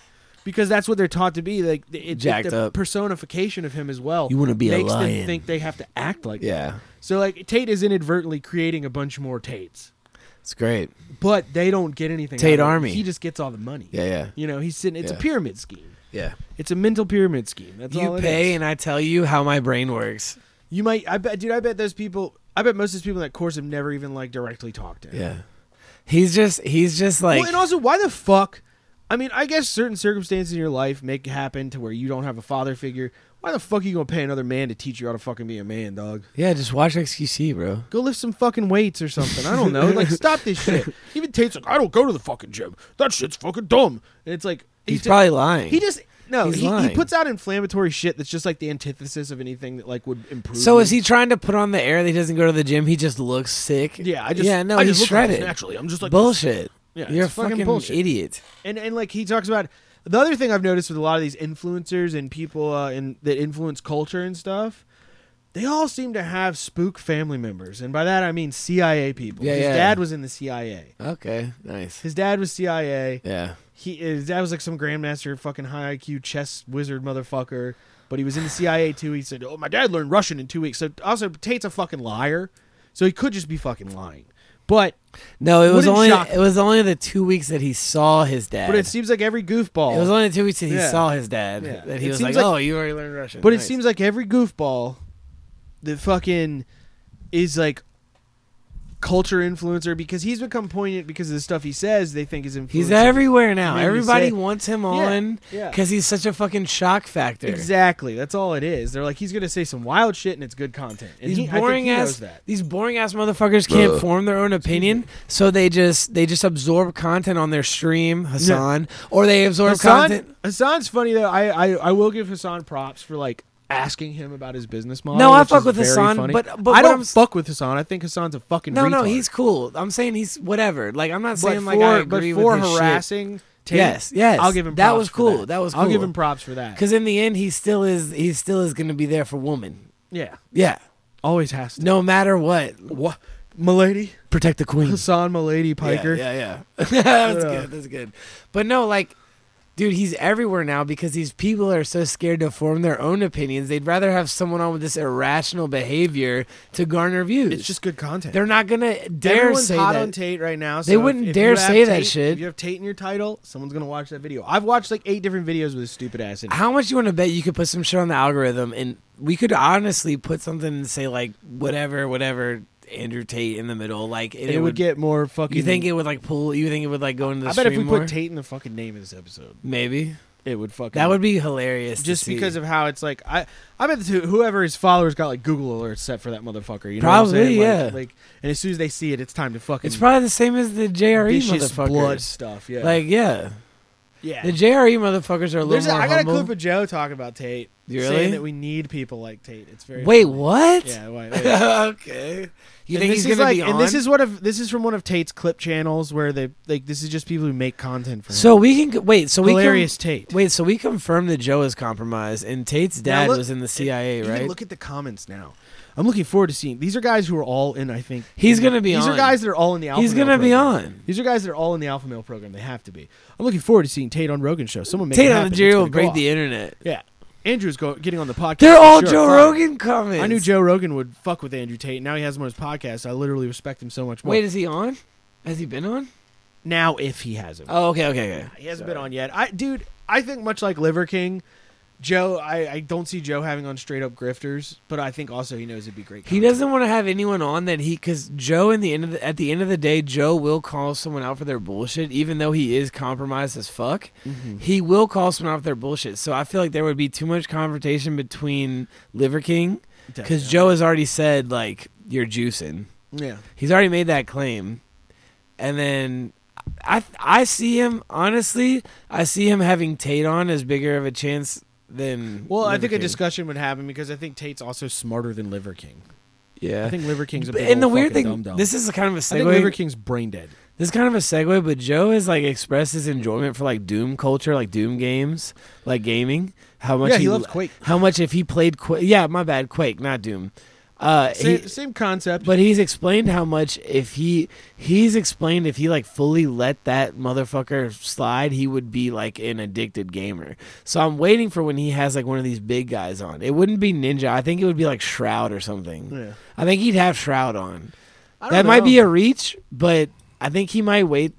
S6: because that's what they're taught to be. Like it, it-
S5: Jacked
S6: the
S5: up.
S6: personification of him as well.
S5: You wanna be a
S6: makes them
S5: lion.
S6: think they have to act like that.
S5: yeah.
S6: So like Tate is inadvertently creating a bunch more Tates,
S5: It's great.
S6: but they don't get anything.
S5: Tate
S6: out of it.
S5: Army.
S6: He just gets all the money.
S5: Yeah, yeah.
S6: You know, he's sitting. It's a
S5: Yeah.
S6: pyramid scheme. Yeah, it's a mental pyramid scheme. That's all.
S5: you
S6: it
S5: pay,
S6: is.
S5: and I tell you how my brain works.
S6: You might. I bet, dude. I bet those people. I bet most of those people in that course have never even like directly talked to. Him.
S5: he's just he's just like
S6: well, and also, why the fuck? I mean, I guess certain circumstances in your life make it happen to where you don't have a father figure. Why the fuck are you gonna pay another man to teach you how to fucking be a man, dog?
S5: yeah. Just watch XQC, bro.
S6: Go lift some fucking weights or something. I don't know. like, stop this shit. Even Tate's like, I don't go to the fucking gym. That shit's fucking dumb. And it's like he
S5: He's
S6: ta-
S5: probably lying.
S6: He just no.
S5: He's
S6: He, he
S5: lying.
S6: puts out inflammatory shit that's just like the antithesis of anything that like would improve.
S5: so
S6: him.
S5: is he trying to put on the air that he doesn't go to the gym? He just looks sick.
S6: Yeah, I just
S5: yeah no
S6: I
S5: he's
S6: just look like this
S5: shredded.
S6: naturally. I'm just like this.
S5: bullshit.
S6: Yeah,
S5: You're a
S6: it's fucking
S5: fucking,
S6: bullshit.
S5: idiot.
S6: and and like he talks about the other thing I've noticed with a lot of these influencers and people uh, in that influence culture and stuff. They all seem to have spook family members, and by that I mean CIA people.
S5: Yeah,
S6: his
S5: yeah.
S6: dad was in the CIA.
S5: Okay, nice.
S6: His dad was CIA.
S5: Yeah,
S6: He his dad was like some grandmaster, fucking high IQ chess wizard motherfucker. But he was in the CIA too. He said, "Oh, my dad learned Russian in two weeks." So also, Tate's a fucking liar. So he could just be fucking lying. But
S5: no, it was
S6: Wouldn't
S5: only
S6: shock me.
S5: it was only the two weeks that he saw his dad.
S6: but it seems like every goofball.
S5: It was only the two weeks that he
S6: Yeah.
S5: saw his dad
S6: Yeah.
S5: that he
S6: It
S5: was like,
S6: seems like-
S5: "Oh, you already learned Russian."
S6: But it
S5: Nice.
S6: seems like every goofball that fucking is like culture influencer because he's become poignant because of the stuff he says they think is influencer.
S5: he's everywhere now.
S6: Maybe you
S5: Everybody
S6: say-
S5: wants him
S6: Yeah,
S5: on
S6: yeah.
S5: because he's such a fucking shock factor.
S6: Exactly. That's all it is. They're like he's going to say some wild shit and it's good content. And
S5: These
S6: he,
S5: boring
S6: I think he
S5: ass
S6: knows that.
S5: these boring ass motherfuckers can't form their own opinion, so they just they just absorb content on their stream, Hassan, or they absorb content.
S6: Hassan, Hassan's funny though. I, I I will give Hassan props for like asking him about his business model.
S5: No, I
S6: which
S5: fuck
S6: is
S5: with
S6: very
S5: Hassan,
S6: funny.
S5: but- but
S6: I
S5: what
S6: don't
S5: I'm s-
S6: fuck with Hassan. I think Hassan's a fucking
S5: No, no,
S6: retard.
S5: he's cool. I'm saying he's whatever. Like I'm not
S6: but
S5: saying
S6: for,
S5: like I agree
S6: but for
S5: with his
S6: harassing Tate,
S5: Yes, yes.
S6: I'll give him
S5: That
S6: props
S5: was
S6: for
S5: cool. That was
S6: I'll give
S5: cool.
S6: him props for that.
S5: Because in the end, he still is. He still is going to be there for woman.
S6: yeah,
S5: Yeah,
S6: always has to.
S5: no matter what.
S6: what, Milady
S5: Protect the queen.
S6: Hassan Milady Piker.
S5: Yeah, yeah. yeah. that's
S6: But, uh,
S5: good. That's good. But no, like, dude, he's everywhere now because these people are so scared to form their own opinions. They'd rather have someone on with this irrational behavior to garner views.
S6: It's just good content.
S5: they're not gonna dare
S6: Everyone's
S5: say
S6: hot
S5: that.
S6: on Tate right now. So
S5: They
S6: if-
S5: wouldn't
S6: if
S5: dare
S6: you have
S5: say that
S6: Tate-
S5: shit.
S6: If you have Tate in your title, someone's gonna watch that video. I've watched like eight different videos with his stupid ass in. it.
S5: How much you want to bet you could put some shit on the algorithm and we could honestly put something and say like whatever, whatever. Andrew Tate in the middle, like and
S6: And it would get more fucking.
S5: You think it would like pull? You think it would like go into the
S6: I bet if we
S5: stream more?
S6: put Tate in the fucking name of this episode,
S5: Maybe
S6: it would fucking.
S5: that would be hilarious. to
S6: just because
S5: see.
S6: of how it's like I I bet the, whoever his followers got like Google alerts set for that motherfucker. You know what I'm
S5: Probably,
S6: saying? Like,
S5: yeah.
S6: like, and as soon as they see it, it's time to fucking
S5: it's probably the same as the JRE
S6: vicious
S5: motherfuckers.
S6: blood stuff. Yeah,
S5: Like yeah,
S6: yeah.
S5: the JRE motherfuckers are a little
S6: There's a,
S5: more
S6: I got
S5: humble.
S6: a clip of Joe talking about Tate,
S5: You
S6: saying
S5: really?
S6: that we need people like Tate. It's very
S5: Wait, what?
S6: yeah. Wait, wait.
S5: okay. You think
S6: And this
S5: he's
S6: is
S5: gonna
S6: like,
S5: be on?
S6: and this is one of this is from one of Tate's clip channels where they like this is just people who make content for him.
S5: so we can wait. So we
S6: hilarious Tate.
S5: Can, wait, so we confirmed that Joe is compromised, and Tate's
S6: Now
S5: dad
S6: look-
S5: was in the
S6: it-
S5: CIA,
S6: you can
S5: right?
S6: Look at the comments now. I'm looking forward to seeing these are guys who are all in. I think
S5: He's gonna be
S6: These are
S5: on.
S6: guys that are all in the. Alpha
S5: He's
S6: Male
S5: gonna be
S6: program.
S5: on.
S6: These are guys that are all in the Alpha Male program. They have to be. I'm looking forward to seeing Tate on Rogan show. Someone make
S5: Tate
S6: it
S5: on
S6: happen.
S5: the
S6: It's
S5: jury
S6: gonna
S5: will
S6: go
S5: break
S6: off.
S5: the internet.
S6: Yeah, Andrew's go, getting on the podcast.
S5: They're
S6: for
S5: all
S6: sure.
S5: Joe
S6: Fine.
S5: Rogan comments.
S6: I knew Joe Rogan would fuck with Andrew Tate. Now he has him on his podcast. I literally respect him so much more.
S5: Wait, is he on? Has he been on?
S6: now if he has him.
S5: Oh, okay, okay, okay.
S6: He hasn't been on yet. I dude, I think much like Liver King, Joe, I, I don't see Joe having on straight up grifters, but I think also he knows it'd be great.
S5: He
S6: content.
S5: doesn't want to have anyone on that he because Joe in the end of the, at the end of the day Joe will call someone out for their bullshit even though he is compromised as fuck
S6: Mm-hmm.
S5: he will call someone out for their bullshit so I feel like there would be too much confrontation between Liver King because
S6: Definitely.
S5: Joe has already said like you're juicing
S6: Yeah.
S5: he's already made that claim and then I I see him honestly I see him having Tate on as bigger of a chance than
S6: Well, I
S5: Liver
S6: think a
S5: King.
S6: discussion would happen because I think Tate's also smarter than Liver King.
S5: yeah
S6: I think Liver King's a
S5: But-
S6: big
S5: and the
S6: old
S5: weird
S6: fucking
S5: thing,
S6: dum-dum.
S5: this is a kind of a segue.
S6: I think Liver King's brain dead.
S5: This is kind of a segue, but Joe has like expressed his enjoyment for like Doom culture, like Doom games, like gaming. How much
S6: Yeah, he loves Quake.
S5: How much if he played Quake? Yeah, my bad, Quake, not Doom. Uh,
S6: Same,
S5: he-
S6: same concept.
S5: but he's explained how much if he he's explained if he like fully let that motherfucker slide, he would be like an addicted gamer. So I'm waiting for when he has like one of these big guys on. It wouldn't be Ninja. I think it would be like Shroud or something.
S6: Yeah.
S5: I think he'd have Shroud on
S6: I don't
S5: that might
S6: know.
S5: be a reach, but I think he might wait.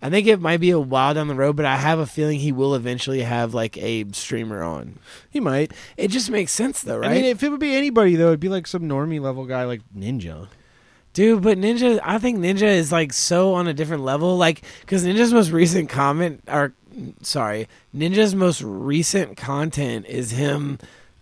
S5: I think it might be a while down the road, but I have a feeling he will eventually have like a streamer on.
S6: He might.
S5: It just makes sense though, right?
S6: I mean, if it would be anybody though, it'd be like some normie level guy like Ninja.
S5: Dude, but Ninja, I think Ninja is like so on a different level. Like, because Ninja's most recent comment, or sorry, Ninja's most recent content is him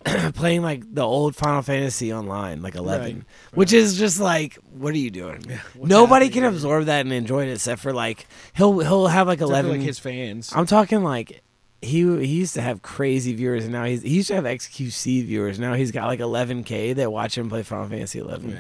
S5: playing like the old Final Fantasy online, like 11,
S6: Right,
S5: which is just like, what are you doing? Nobody can absorb that and enjoy it except for like, he'll he'll have like 11.
S6: like his fans.
S5: I'm talking like he he used to have crazy viewers, and now he's he used to have XQC viewers. Now he's got like 11k that watch him play Final Fantasy 11.
S6: yeah.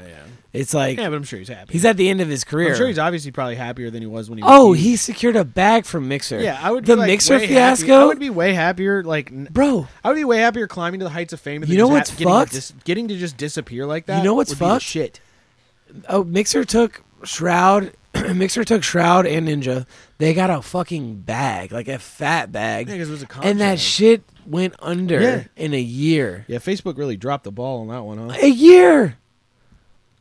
S5: It's like
S6: Yeah, but I'm sure he's happy.
S5: he's at the end of his career.
S6: I'm sure he's obviously probably happier than he was when he. was
S5: oh,
S6: huge.
S5: he secured a bag from Mixer.
S6: Yeah, I would.
S5: the
S6: be, like,
S5: Mixer
S6: way happy-
S5: fiasco.
S6: I would be way happier. Like, n-
S5: bro.
S6: I would be way happier climbing to the heights of fame. than
S5: You know what's
S6: just ha- getting to
S5: fucked?
S6: dis- getting to just disappear like that.
S5: You know what's
S6: would be the
S5: fucked?
S6: Shit.
S5: Oh, Mixer took Shroud. Mixer took Shroud and Ninja. They got a fucking bag, like a fat bag,
S6: Yeah, 'cause it was a contract.
S5: and that shit went under
S6: Yeah.
S5: in a year.
S6: Yeah, Facebook really dropped the ball on that one, huh?
S5: A year.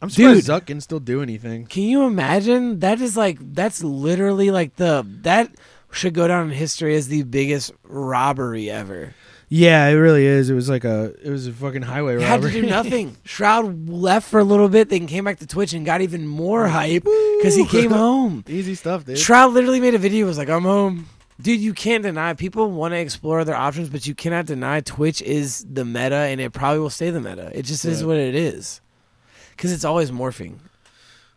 S6: I'm surprised
S5: Dude.
S6: Zuck can still do anything.
S5: Can you imagine? That is like that's literally like the that should go down in history as the biggest robbery ever.
S6: Yeah, it really is. It was like a, it was a fucking highway robbery.
S5: Had to do nothing. Shroud left for a little bit, then came back to Twitch and got even more hype because he
S6: Woo.
S5: came home.
S6: Easy stuff, dude.
S5: Shroud literally made a video was like, "I'm home." Dude, you can't deny people want to explore other options, but you cannot deny Twitch is the meta, and it probably will stay the meta. It just is
S6: Right.
S5: what it is, because it's always morphing.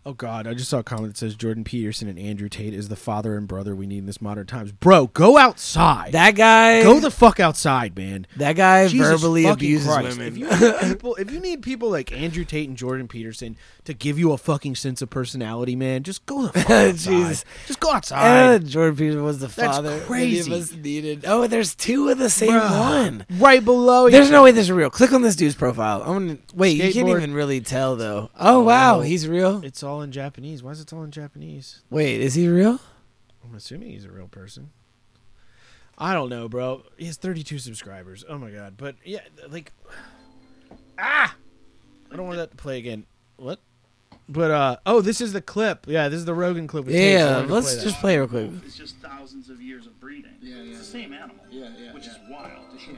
S6: Oh God! I just saw a comment that says Jordan Peterson and Andrew Tate is the father and brother we need in this modern times. Bro, go outside.
S5: That guy,
S6: go the fuck outside, man.
S5: that guy
S6: Jesus
S5: verbally
S6: fucking
S5: abuses
S6: Christ.
S5: women.
S6: If you, need people, if you need people like Andrew Tate and Jordan Peterson to give you a fucking sense of personality, man, just go the fuck outside.
S5: Jesus.
S6: Just go outside.
S5: Uh, Jordan Peterson was the
S6: That's
S5: father.
S6: crazy.
S5: Any of us needed. Oh, there's two of the same
S6: Bruh.
S5: one.
S6: Right below
S5: There's
S6: you.
S5: no way this is real. Click on this dude's profile. I'm gonna wait. You can't
S6: Skateboard.
S5: even really tell though. Oh wow, he's real.
S6: It's all in Japanese. Why is it all in Japanese?
S5: Wait, is he real?
S6: I'm assuming he's a real person. I don't know, bro. He has 32 subscribers. Oh my god. But yeah, like ah, I don't want that to play again. What? But uh oh, this is the clip. Yeah, this is the Rogan clip. with Tate, so I
S5: Yeah,
S6: wanted to
S5: let's
S6: play that.
S5: just play real quick.
S7: It's just thousands of years of breeding.
S2: Yeah, yeah.
S7: It's the same animal.
S2: Yeah, yeah,
S7: Which
S2: yeah.
S7: is wild.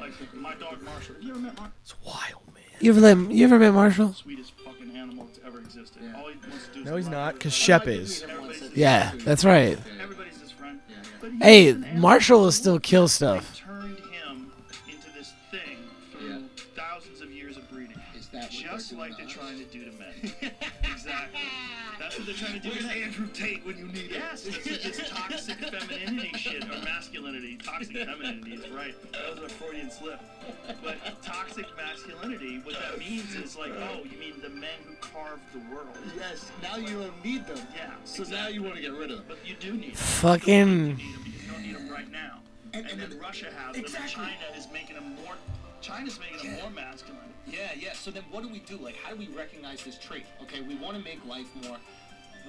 S7: Like my dog Marshall. You ever met Marshall?
S6: It's wild, man.
S5: You ever let, you ever met Marshall?
S7: Sweetest fucking animal that's ever existed.
S2: Yeah.
S7: All he wants to do is
S6: No, he's
S7: run.
S6: not, because Shep is.
S7: Everybody's his,
S5: Yeah, that's right.
S7: everybody's his friend. But he's
S5: Hey,
S7: an animal.
S5: Marshall will still kill
S7: They
S5: stuff.
S7: turned him into this thing through
S2: Yeah.
S7: thousands of years of breeding.
S2: Is that what
S7: just
S2: they're doing
S7: like
S2: to
S7: they're
S2: us?
S7: trying to do to men? exactly. That's what they're trying to do. Where's to men. Andrew Tate when you need yes, it? Yes, this is toxic femininity shit or masculinity. Toxic femininity is right. That was a Freudian slip. But toxic masculinity, what that means is like, oh, you mean the men who carved the world?
S2: Yes, now you don't need them.
S7: Yeah.
S2: So now
S7: exactly.
S2: you want to get rid of them.
S7: But you do need.
S5: Fucking.
S7: You don't need them right now. And, then Russia has them. and China is making them more. China's making them more masculine.
S8: Yeah, yeah. So then what do we do? Like, how do we recognize this trait? Okay, we want to make life more.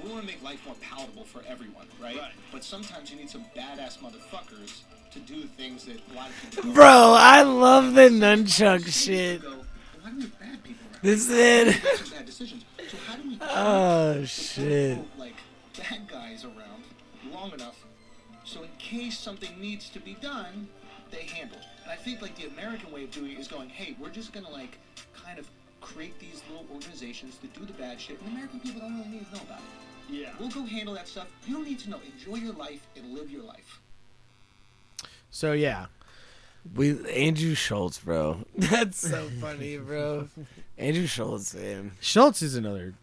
S8: We want to make life more palatable for everyone, right?
S7: Right.
S8: But sometimes you need some badass motherfuckers to do things that a lot of people. don't.
S5: Bro, I love the nunchuck shit.
S8: Go, why do we have bad people around?
S5: This is it.
S8: These are bad decisions. So how do we keep
S5: Oh
S8: the
S5: shit.
S8: quote-unquote, like bad guys around long enough so in case something needs to be done, they handle it? And I think like the American way of doing it is going, hey, we're just gonna like kind of create these little organizations that do the bad shit, and the American people don't really need to know about it.
S7: Yeah.
S8: We'll go handle that stuff. You don't need to know. Enjoy your life and live your life.
S6: So yeah.
S5: We Andrew Schultz, bro. That's so funny, bro. Andrew Schultz, man.
S6: Schultz is another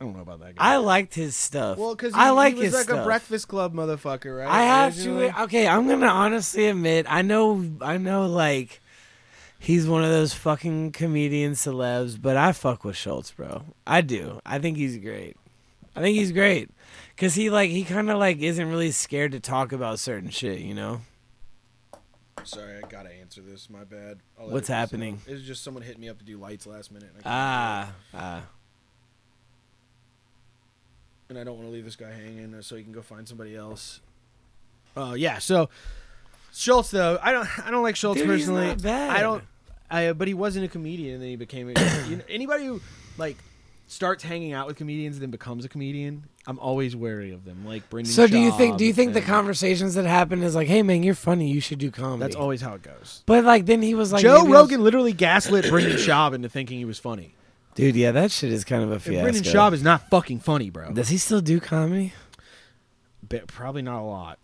S6: I don't know about that guy.
S5: I liked his stuff.
S6: well, because
S5: I like
S6: he was
S5: his
S6: like
S5: stuff.
S6: a Breakfast Club motherfucker, right?
S5: I have
S6: Originally?
S5: to. Okay, I'm gonna honestly admit. I know. I know. Like, he's one of those fucking comedian celebs, but I fuck with Schultz, bro. I do. I think he's great. I think he's great because he like he kind of like isn't really scared to talk about certain shit. You know.
S6: Sorry, I gotta answer this. My bad. I'll
S5: What's
S6: edit this
S5: happening?
S6: out. It was just someone hit me up to do lights last minute. and I couldn't
S5: Ah.
S6: do
S5: Ah.
S6: it. and I don't want to leave this guy hanging, uh, so he can go find somebody else. Uh, yeah. So Schultz, though, I don't, I don't like Schultz
S5: Dude, he's
S6: personally.
S5: not bad.
S6: I don't. I, but he wasn't a comedian, and then he became a, you know, anybody who like starts hanging out with comedians and then becomes a comedian, I'm always wary of them. Like Brendan.
S5: So do you think do you
S6: Schaub
S5: think the
S6: and-
S5: conversations that happen is like, hey man, you're funny, you should do comedy.
S6: That's always how it goes.
S5: But like then he was like
S6: Joe
S5: maybe I was-
S6: Rogan literally gaslit Brendan Schaub into thinking he was funny.
S5: dude, yeah, that shit is kind of a
S6: And
S5: fiasco.
S6: Brendan Schaub is not fucking funny, bro.
S5: Does he still do comedy?
S6: But probably not a lot.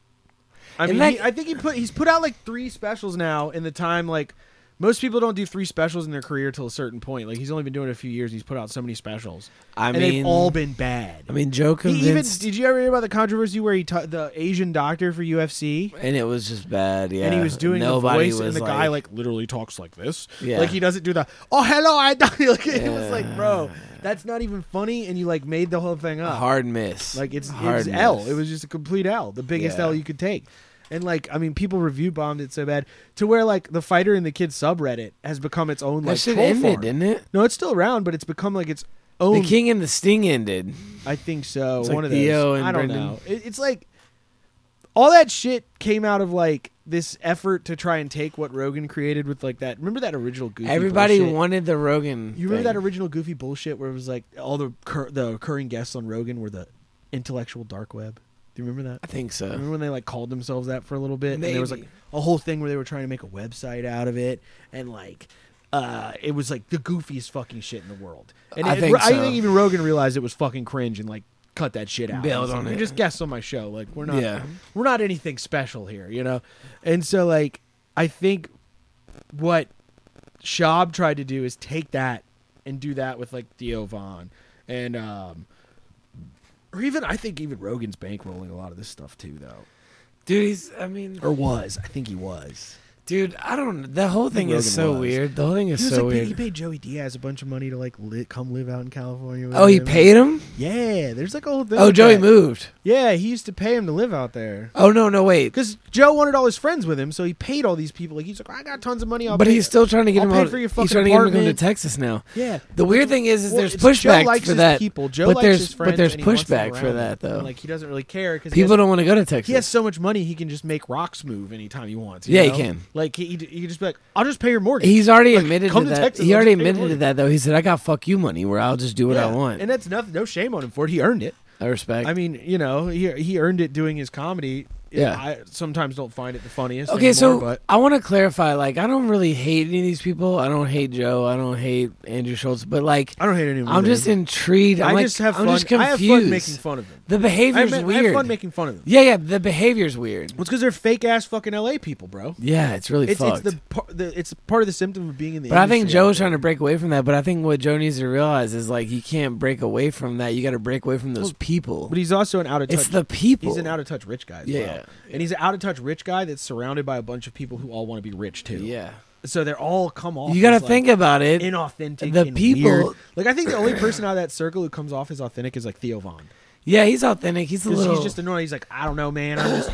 S6: I
S5: And
S6: mean,
S5: that-
S6: he- I think he put he's put out like three specials now. In the time, like most people don't do three specials in their career till a certain point. Like he's only been doing it a few years. and He's put out so many specials.
S5: I
S6: and
S5: mean-
S6: they've all been bad.
S5: I mean, Joe
S6: he even
S5: convinced,
S6: did you ever hear about the controversy where he taught the Asian doctor for UFC?
S5: and it was just bad. Yeah,
S6: And he was doing
S5: Nobody
S6: the voice,
S5: was
S6: and the
S5: like,
S6: guy like literally talks like this.
S5: Yeah.
S6: Like he doesn't do the "Oh hello, I don't." Like, It was like, bro, that's not even funny, and you like made the whole thing
S5: a
S6: up.
S5: hard miss.
S6: Like it's
S5: hard
S6: it's L.
S5: miss.
S6: It was just a complete L, the biggest
S5: Yeah.
S6: L you could take. And like I mean, people review bombed it so bad to where like the fighter and the kid subreddit has become its own
S5: that
S6: like
S5: shit
S6: troll
S5: ended,
S6: farm.
S5: didn't it?
S6: No, it's still around, but it's become like its
S5: The
S6: own.
S5: King and the Sting ended.
S6: I think so.
S5: It's like
S6: one of
S5: Theo
S6: those.
S5: and
S6: I don't
S5: Brendan.
S6: know. It, it's like all that shit came out of like this effort to try and take what Rogan created with like that. Remember that original goofy.
S5: Everybody
S6: bullshit?
S5: wanted the Rogan.
S6: You remember
S5: thing.
S6: that original goofy bullshit where it was like all the cur- the recurring guests on Rogan were the intellectual dark web. Do you remember that?
S5: I think so.
S6: Remember when they like called themselves that for a little bit, and there was like
S5: Maybe.
S6: a whole thing where they were trying to make a website out of it, and like uh, it was like the goofiest fucking shit in the world. And
S5: I
S6: it-
S5: think so.
S6: I think even Rogan realized it was fucking cringe and like cut that shit out.
S5: Bailed
S6: He's like,
S5: on
S6: "You're
S5: it."
S6: Just guests on my show, like we're not,
S5: Yeah.
S6: we're not anything special here, you know. And so like I think what Shab tried to do is take that and do that with like Theo Vaughn and um or even I think even Rogan's bankrolling a lot of this stuff too though.
S5: Dude, he's. I mean,
S6: Or was. I think he was.
S5: dude, I don't. The whole thing
S6: Rogan
S5: is so
S6: was.
S5: weird. The whole thing
S6: He
S5: is
S6: was
S5: so
S6: like,
S5: weird.
S6: he paid Joey Diaz a bunch of money to like li- come live out in California. with
S5: oh, he
S6: him.
S5: paid him.
S6: Yeah, there's like a whole thing.
S5: Oh,
S6: with
S5: Joey
S6: that.
S5: moved.
S6: Yeah, he used to pay him to live out there.
S5: Oh no, no wait.
S6: Because Joe wanted all his friends with him, so he paid all these people. Like he's like, I got tons of money. I'll
S5: but
S6: pay-
S5: he's still trying to get
S6: I'll
S5: him
S6: pay
S5: out.
S6: for your
S5: He's
S6: fucking
S5: trying to get him to come to
S6: apartment.
S5: Texas now.
S6: Yeah,
S5: The weird thing is, is
S6: Well,
S5: there's
S6: it's- Joe
S5: pushback
S6: likes
S5: for
S6: his
S5: that.
S6: People. Joe
S5: but
S6: likes
S5: there's
S6: his friends
S5: but there's
S6: and he wants them
S5: pushback for
S6: around
S5: that
S6: him. And,
S5: though.
S6: Like he doesn't really care because
S5: People don't want to go to Texas.
S6: He has so much money, he can just make rocks move anytime he wants. you
S5: Yeah, he
S6: know?
S5: can.
S6: Like he, he, he can just be like, I'll just pay your mortgage.
S5: He's already admitted
S6: come
S5: to
S6: to
S5: that.
S6: Texas,
S5: he
S6: I'll
S5: already
S6: just pay your
S5: admitted to
S6: mortgage.
S5: that though. He said, "I got fuck you money, where I'll just do what I
S6: Yeah.
S5: want."
S6: and that's nothing. No shame on him for it. He earned it.
S5: I respect.
S6: I mean, you know, he he earned it doing his comedy.
S5: Yeah.
S6: I sometimes don't find it the funniest.
S5: okay, so
S6: anymore, but
S5: I want to clarify. Like, I don't really hate any of these people. I don't hate Joe. I don't hate Andrew Schultz. But like,
S6: I don't hate anyone.
S5: I'm just intrigued. I'm
S6: I
S5: like,
S6: just have
S5: I'm
S6: fun.
S5: just confused.
S6: I have fun making fun of them.
S5: The
S6: I
S5: behavior's
S6: have, I
S5: weird.
S6: have fun making fun of them.
S5: yeah, yeah. The behavior's weird.
S6: Well, it's because they're fake ass fucking LA people, bro.
S5: Yeah, it's really
S6: It's, it's
S5: fucked.
S6: the, par- the it's part of the symptom of being in the.
S5: But I think
S6: industry
S5: Joe's
S6: out there.
S5: trying to break away from that. But I think what Joe needs to realize is like you can't break away from that. You got to break away from those people.
S6: But he's also an out of touch.
S5: It's the people.
S6: He's an out of touch rich guy. As
S5: Yeah.
S6: well. and he's an out of touch rich guy that's surrounded by a bunch of people who all want to be rich too.
S5: yeah.
S6: so they're all come off.
S5: You got
S6: as,
S5: to
S6: like,
S5: think about it.
S6: inauthentic.
S5: The
S6: and
S5: people-
S6: weird. like I think the only person out of that circle who comes off as authentic is like Theo Vaughn.
S5: yeah, he's authentic. He's a
S6: Because
S5: little.
S6: he's just annoyed. He's like, I don't know, man. I'm just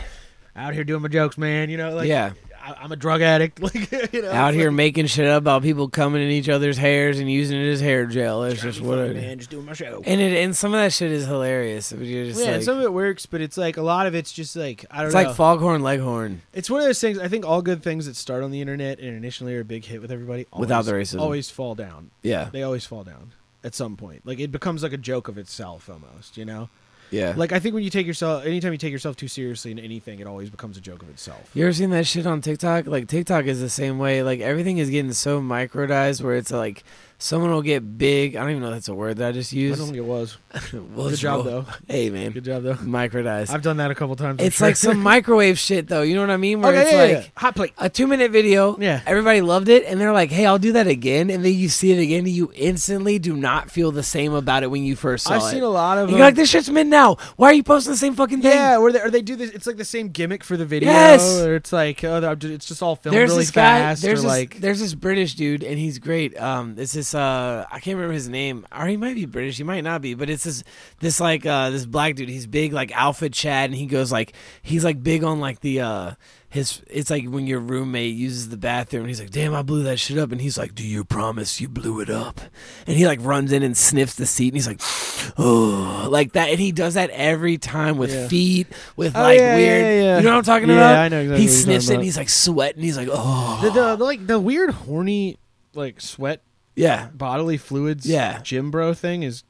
S6: out here doing my jokes, man. You know, like,
S5: Yeah.
S6: I, I'm a drug addict. Like, you know,
S5: out
S6: it's
S5: here
S6: like,
S5: making shit up about people coming in each other's hairs and using it as hair gel. It's just
S6: "Fuck,
S5: what.
S6: man, just doing my show.
S5: And it and some of that shit is hilarious. But You're just
S6: yeah,
S5: like,
S6: and some of it uh, works, but it's like a lot of it's just like I don't
S5: it's
S6: know.
S5: like Foghorn Leghorn.
S6: it's one of those things. I think all good things that start on the internet and initially are a big hit with everybody. Always,
S5: Without the racism.
S6: always fall down.
S5: Yeah,
S6: They always fall down at some point. Like it becomes like a joke of itself almost. You know.
S5: yeah.
S6: Like I think when you take yourself, anytime you take yourself too seriously in anything, it always becomes a joke of itself.
S5: You ever seen that shit on TikTok? Like TikTok is the same way. Like everything is getting so microdized where it's like someone will get big. I don't even know if that's a word that I just
S6: I
S5: used.
S6: don't think it was.
S5: Well,
S6: Good
S5: it's
S6: job
S5: real-
S6: though.
S5: Hey man,
S6: Good job though.
S5: microdized.
S6: I've done that a couple times. I'm
S5: it's
S6: sure.
S5: like some microwave shit though. You know what I mean? Where
S6: Okay,
S5: it's
S6: yeah, yeah,
S5: like
S6: yeah. hot plate.
S5: a two minute video.
S6: Yeah.
S5: Everybody loved it. And they're like, hey, I'll do that again. And then you see it again. And you instantly do not feel the same about it when you first saw
S6: I've
S5: it.
S6: seen a lot of
S5: And you're
S6: them.
S5: like, this shit's mid now. Why are you posting the same fucking thing?
S6: Yeah, or they, or they do this. It's like the same gimmick for the video.
S5: Yes.
S6: Or it's like oh, they're- it's just all filmed
S5: There's
S6: really
S5: this guy.
S6: fast.
S5: There's
S6: or
S5: this,
S6: like
S5: there's this British dude, and he's great. Um, it's this uh, I can't remember his name, or he might be British, he might not be, but it's this this like uh, this black dude. He's big, like Alpha Chad, and he goes like he's like big on like the uh, his. It's like when your roommate uses the bathroom, and he's like, "Damn, I blew that shit up," and he's like, "Do you promise you blew it up?" And he like runs in and sniffs the seat, and he's like, "Oh, like that," and he does that every time with
S6: Yeah.
S5: feet, with
S6: Oh,
S5: like
S6: yeah, yeah,
S5: weird.
S6: yeah.
S5: You know what I'm talking
S6: Yeah,
S5: about?
S6: I know exactly
S5: He
S6: what you're
S5: sniffs
S6: talking
S5: it, and
S6: about.
S5: he's like sweating. He's like, "Oh."
S6: the, the, the like the weird horny like sweat
S5: Yeah.
S6: bodily fluids
S5: Yeah.
S6: gym bro thing is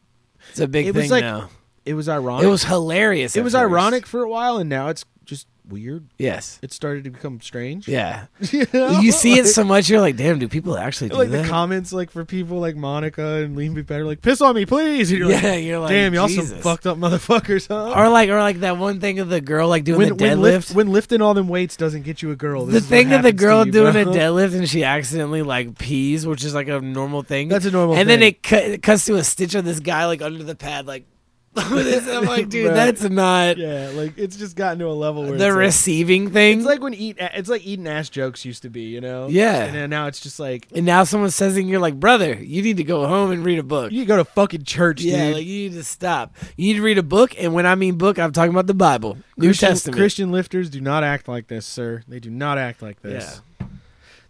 S5: It's a big
S6: it
S5: thing
S6: was like
S5: now.
S6: it was ironic.
S5: It was hilarious.
S6: it
S5: at
S6: was
S5: first.
S6: ironic for a while, and now it's just weird.
S5: Yes.
S6: It started to become strange.
S5: Yeah.
S6: you,
S5: You see it so much, you're like, damn, do people actually do
S6: like
S5: that?
S6: the comments like for people like Monica and Lean Be Better, like piss on me, please. And you're
S5: Yeah,
S6: like,
S5: you're like,
S6: damn, y'all some
S5: Jesus.
S6: fucked up motherfuckers, huh?
S5: or like, or like that one thing of the girl like doing the
S6: when, when, lift,
S5: deadlift.
S6: when lifting all them weights doesn't get you a girl. This
S5: the
S6: is what
S5: thing of the
S6: happens to
S5: girl
S6: you,
S5: doing
S6: bro.
S5: a deadlift and she accidentally like pees, which is like a normal thing.
S6: That's a normal
S5: And then
S6: thing.
S5: it, cut, it cuts to a stitch of this guy like under the pad, like. I'm like, dude,
S6: Bruh.
S5: that's not
S6: Yeah, like it's just gotten to a level where
S5: the
S6: it's like,
S5: receiving thing.
S6: it's like when eat it's like eating ass jokes used to be, you know?
S5: Yeah.
S6: And then now it's just like
S5: and now someone says it, and you're like, brother, you need to go home and read a book.
S6: you need to go to fucking church,
S5: Yeah,
S6: dude.
S5: like you need to stop. You need to read a book, and when I mean book, I'm talking about the Bible, New
S6: Christian,
S5: Testament.
S6: Christian lifters do not act like this, sir. They do not act like
S5: yeah,
S6: this.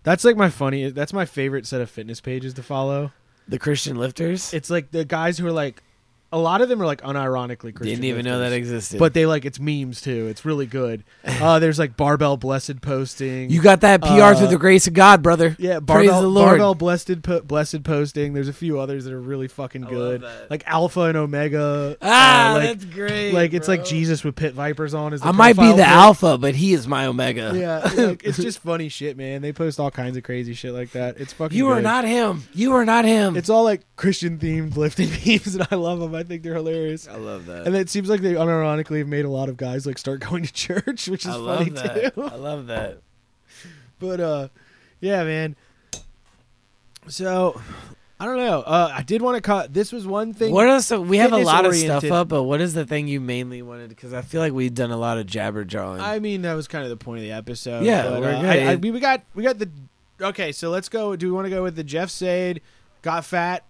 S6: That's like my funny that's my favorite set of fitness pages to follow.
S5: the Christian lifters.
S6: It's like the guys who are like a lot of them are like unironically Christian.
S5: Didn't even know
S6: lifters.
S5: that existed.
S6: But they like it's memes too. It's really good. Uh, there's like barbell blessed posting.
S5: you got that PR through
S6: Uh,
S5: the grace of God, brother.
S6: Yeah,
S5: praise
S6: barbell,
S5: the Lord.
S6: barbell blessed po- blessed posting. There's a few others that are really fucking good,
S5: that.
S6: like Alpha and Omega.
S5: ah,
S6: uh, like,
S5: that's great.
S6: like it's like
S5: bro.
S6: Jesus with pit vipers on. Is the
S5: I might be
S6: profile
S5: the
S6: pic.
S5: alpha, but he is my omega.
S6: Yeah, like, it's just funny shit, man. They post all kinds of crazy shit like that. It's fucking.
S5: You are
S6: good.
S5: not him. You are not him.
S6: It's all like Christian themed lifting memes, and I love them. I think they're hilarious.
S5: I love that.
S6: And it seems like they unironically have made a lot of guys like start going to church, which
S5: I
S6: is funny
S5: love that.
S6: too.
S5: I love that.
S6: But uh yeah, man. So I don't know. Uh I did want to cut this was one thing.
S5: What else? We have a
S6: fitness
S5: lot of stuff
S6: oriented.
S5: up, but what is the thing you mainly wanted? Because I feel like we've done a lot of jabber jawing.
S6: I mean, that was kind of the point of the episode.
S5: Yeah,
S6: but,
S5: we're
S6: uh,
S5: good.
S6: I, I mean, we got we got the Okay, so let's go. Do we want to go with the Jeff Sade got fat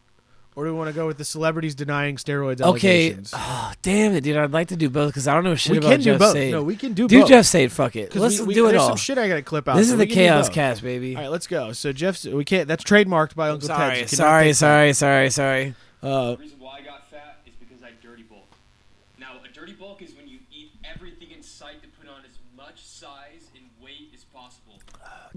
S6: or do we want to go with the celebrities denying steroids
S5: Okay.
S6: allegations?
S5: Oh, damn it, dude. I'd like to do both because I don't know shit
S6: we
S5: about
S6: can do
S5: Jeff
S6: both.
S5: Sade.
S6: No, we can do,
S5: do
S6: both.
S5: Jeff Sade. Fuck it.
S6: 'Cause
S5: Let's
S6: we- we-
S5: do it
S6: there's
S5: all.
S6: some shit I got to clip out.
S5: This
S6: so
S5: is
S6: we
S5: the
S6: can do
S5: Chaos
S6: both.
S5: Cast, baby.
S6: All right, let's go. So Jeff, we can't. That's trademarked by Uncle Ted.
S5: Sorry,
S6: You cannot
S5: sorry,
S6: take that.
S5: sorry, sorry, sorry.
S6: Uh,
S9: reason why I got fat is because I dirty bulk. Now, a dirty bulk is when you eat everything in sight to put on as much size and weight as possible.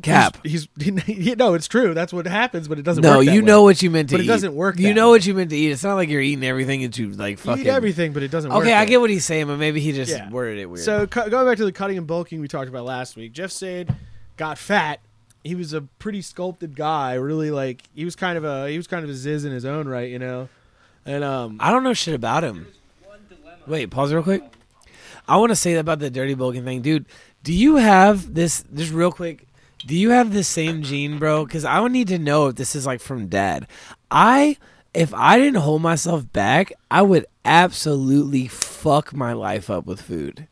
S5: Cap.
S6: He's, he's he- no, it's true. That's what happens, but it doesn't.
S5: No,
S6: work that
S5: you
S6: way.
S5: know what you meant to
S6: But it
S5: eat.
S6: doesn't work
S5: You
S6: that
S5: know
S6: way.
S5: what you meant to eat. It's not like you're eating everything that you like
S6: You
S5: fucking.
S6: eat everything, but it doesn't. work
S5: Okay, I
S6: that
S5: get
S6: way.
S5: what he's saying, but maybe he just
S6: Yeah.
S5: worded it weird.
S6: So cu- going back to the cutting and bulking we talked about last week, Jeff Sade got fat. He was a pretty sculpted guy. Really, like he was kind of a he was kind of a ziz in his own right, you know. And um,
S5: I don't know shit about him. Wait, pause real quick. I want to say about the dirty bulking thing, dude. Do you have this? Just real quick. Do you have the same gene, bro? Because I would need to know if this is like from dad. I, if I didn't hold myself back, I would absolutely fuck my life up with food.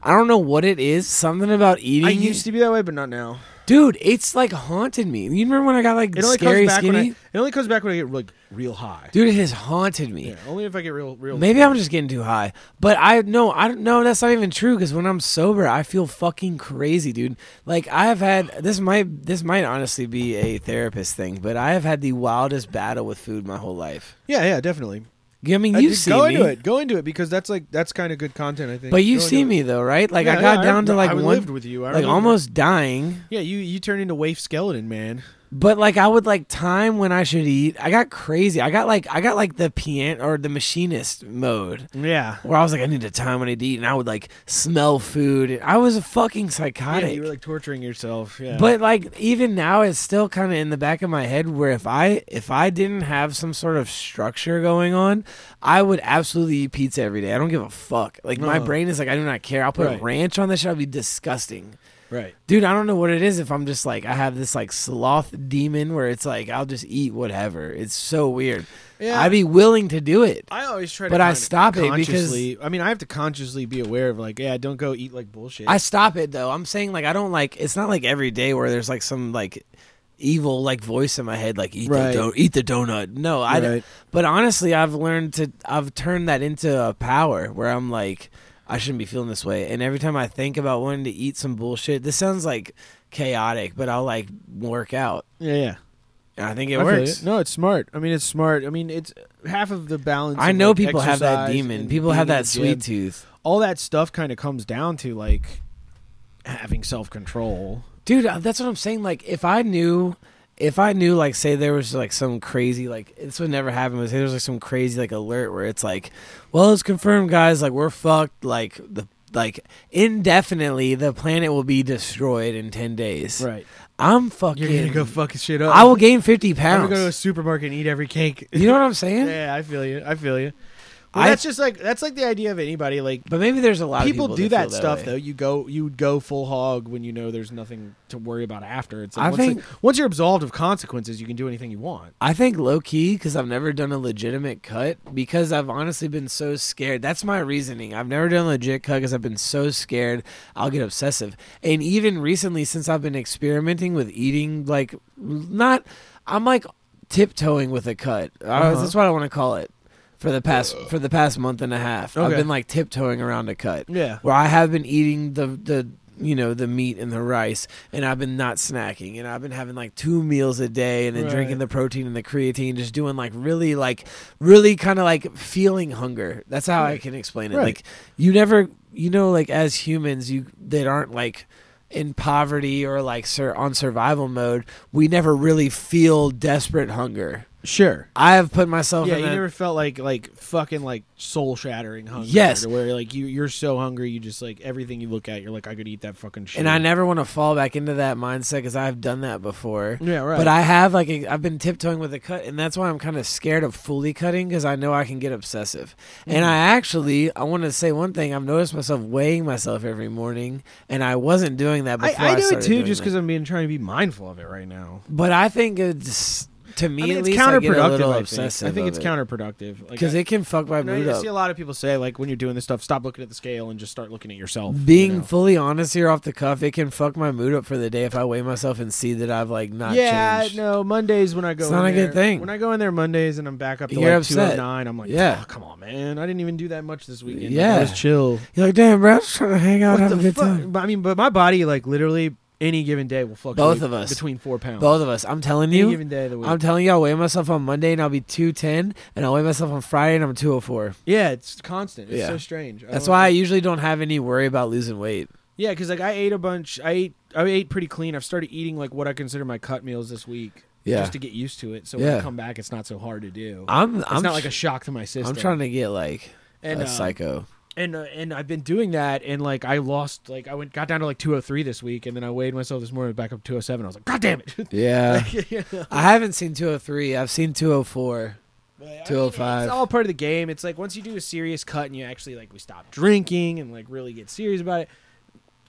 S5: I don't know what it is. Something about eating.
S6: I used to be that way, but not now.
S5: dude. It's like haunted me. You remember when I got like
S6: It only
S5: scary
S6: comes back
S5: skinny?
S6: when I, it only comes back when I get like real high.
S5: dude, it has haunted me.
S6: Yeah, only if I get real real.
S5: Maybe I'm just getting too high, but I no, I don't know. That's not even true because when I'm sober, I feel fucking crazy, dude. Like I have had this might this might honestly be a therapist thing, but I have had the wildest battle with food my whole life.
S6: yeah, yeah, definitely.
S5: I mean,
S6: Uh,
S5: you
S6: just
S5: see
S6: go
S5: me,
S6: into it. Go into it because that's like that's kind of good content. I think.
S5: but you
S6: Go
S5: see
S6: into it.
S5: me though, right? Like
S6: Yeah,
S5: I got
S6: yeah,
S5: down to
S6: rem-
S5: like
S6: I
S5: one,
S6: lived with you. I
S5: like
S6: remember.
S5: almost dying.
S6: Yeah, you you turned into Waif Skeleton Man.
S5: But like I would like time when I should eat. I got crazy. I got like I got like the pian or the machinist mode.
S6: Yeah.
S5: Where I was like, I need a time when I need to eat, and I would like smell food. I was a fucking psychotic.
S6: you were like torturing yourself. Yeah.
S5: But like even now, it's still kind of in the back of my head where if I if I didn't have some sort of structure going on, I would absolutely eat pizza every day. I don't give a fuck. Like my
S6: Uh-huh.
S5: brain is like, I do not care. I'll put
S6: Right.
S5: ranch on this shit. I'll be disgusting,
S6: right.
S5: dude. I don't know what it is. If I'm just like I have this like sloth demon where it's like I'll just eat whatever. It's so weird.
S6: Yeah.
S5: I'd be willing to do it.
S6: I always try to
S5: But I
S6: kind of
S5: stop it because-
S6: consciously- I mean, I have to consciously be aware of like, yeah, don't go eat like bullshit.
S5: I stop it though. I'm saying like I don't like. It's not like every day where there's like some like evil like voice in my head like eat
S6: Right.
S5: the do- eat the donut. No, I.
S6: Right.
S5: don't But honestly, I've learned to. I've turned that into a power where I'm like I shouldn't be feeling this way. And every time I think about wanting to eat some bullshit, this sounds like chaotic, but I'll like work out.
S6: yeah, yeah.
S5: And I think it
S6: I feel
S5: works.
S6: you. No, it's smart. I mean, it's smart. I mean, it's half of the balance.
S5: I
S6: of,
S5: know
S6: like,
S5: people have that
S6: exercise
S5: demon.
S6: and
S5: People have
S6: being
S5: that
S6: in the
S5: sweet
S6: gym.
S5: tooth.
S6: All that stuff kind of comes down to like having self control.
S5: Dude, uh, that's what I'm saying. Like, if I knew if I knew, like, say there was like some crazy, like this would never happen, but say there's like some crazy like alert where it's like, well, it's confirmed, guys, like we're fucked, like the like indefinitely the planet will be destroyed in ten days.
S6: Right.
S5: I'm fucking.
S6: You're gonna go fuck shit up.
S5: I will gain fifty
S6: I'm gonna go to a
S5: pounds.
S6: supermarket and eat every cake.
S5: you know what I'm saying?
S6: yeah, I feel you. I feel you. Well,
S5: I-
S6: that's just like that's like the idea of anybody. Like
S5: But maybe there's a lot
S6: people,
S5: of people
S6: do that, stuff
S5: though.
S6: though. You go you would go full hog when you know there's nothing to worry about after. It's like
S5: I
S6: once, like-
S5: think-
S6: once you're absolved of consequences, you can do anything you want.
S5: I think low key because I've never done a legitimate cut because I've honestly been so scared. That's my reasoning. I've never done a legit cut because I've been so scared I'll get obsessive. And even recently, since I've been experimenting with eating, like, not, I'm like tiptoeing with a cut. Uh,
S6: Uh-huh.
S5: That's what I want to call it. For the past for the past month and a half, I've
S6: Uh. Okay.
S5: been like tiptoeing around a cut.
S6: Yeah.
S5: where I have been eating the the you know the meat and the rice, and I've been not snacking, and I've been having like two meals a day, and then drinking
S6: Right.
S5: the protein and the creatine, just doing like really like really kind of like feeling hunger. That's how I can explain it.
S6: Right.
S5: Like you never you know like as humans you that aren't like in poverty or like sur- on survival mode, we never really feel desperate hunger.
S6: Sure.
S5: I have put myself
S6: Yeah,
S5: in
S6: you
S5: that-
S6: never felt like like fucking like soul shattering hunger.
S5: Yes.
S6: to where like you you're so hungry, you just like everything you look at, you're like I could eat that fucking shit.
S5: and I never want to fall back into that mindset because I've done that before.
S6: Yeah, right.
S5: But I have like i I've been tiptoeing with a cut, and that's why I'm kind of scared of fully cutting because I know I can get obsessive.
S6: Mm-hmm.
S5: And I actually I want to say one thing. I've noticed myself weighing myself every morning, and I wasn't doing that
S6: I,
S5: before.
S6: I do it
S5: started
S6: too,
S5: doing
S6: just
S5: that.
S6: because I'm being trying to be mindful of it right now.
S5: But I think it's to me
S6: I mean,
S5: at
S6: it's
S5: least I get a
S6: counterproductive.
S5: little
S6: I think.
S5: obsessive.
S6: I think it's
S5: of it.
S6: counterproductive Like,
S5: because
S6: I-
S5: it can fuck my
S6: And I
S5: mood up.
S6: see a lot of people say like when you're doing this stuff, stop looking at the scale and just start looking at yourself. you
S5: Being
S6: know?
S5: fully honest here off the cuff, it can fuck my mood up for the day if I weigh myself and see that I've like not
S6: yeah,
S5: changed.
S6: no Mondays when I go.
S5: It's
S6: in
S5: not a
S6: there,
S5: good thing.
S6: When I go in there Mondays and I'm back up to
S5: You're
S6: like
S5: upset.
S6: two oh nine, I'm like,
S5: Yeah.
S6: yeah, come on, man, I didn't even do that much this weekend. Yeah,
S5: Yeah.
S6: I was chill.
S5: You're like, damn, bro, I'm just trying to hang out,
S6: What
S5: have a
S6: the
S5: good time.
S6: fuck? But, I mean, but my body like literally any given day will fluctuate.
S5: Both of us.
S6: between four pounds.
S5: Both of us. I'm telling
S6: any
S5: you.
S6: given day of the week.
S5: I'm telling you, I'll weigh myself on Monday and I'll be 210, and I'll weigh myself on Friday and I'm 204.
S6: yeah, it's constant. It's
S5: Yeah.
S6: so strange. I
S5: That's
S6: don't-
S5: why I usually don't have any worry about losing weight.
S6: Yeah, because like I ate a bunch. I ate. I ate pretty clean. I've started eating like what I consider my cut meals this week.
S5: Yeah.
S6: Just to get used to it, so when I
S5: Yeah.
S6: come back, it's not so hard to do.
S5: I'm,
S6: it's
S5: I'm
S6: not like a
S5: tr-
S6: shock to my system.
S5: I'm trying to get like
S6: and
S5: a
S6: uh,
S5: psycho.
S6: and uh, and I've been doing that, and like I lost, like I went got down to like 203 this week, and then I weighed myself this morning back up 207. I was like, God damn it!
S5: Yeah.
S6: You know?
S5: I haven't seen 203. I've seen 204.
S6: But, I mean,
S5: 205.
S6: it's all part of the game. It's like once you do a serious cut and you actually like we stop drinking and like really get serious about it,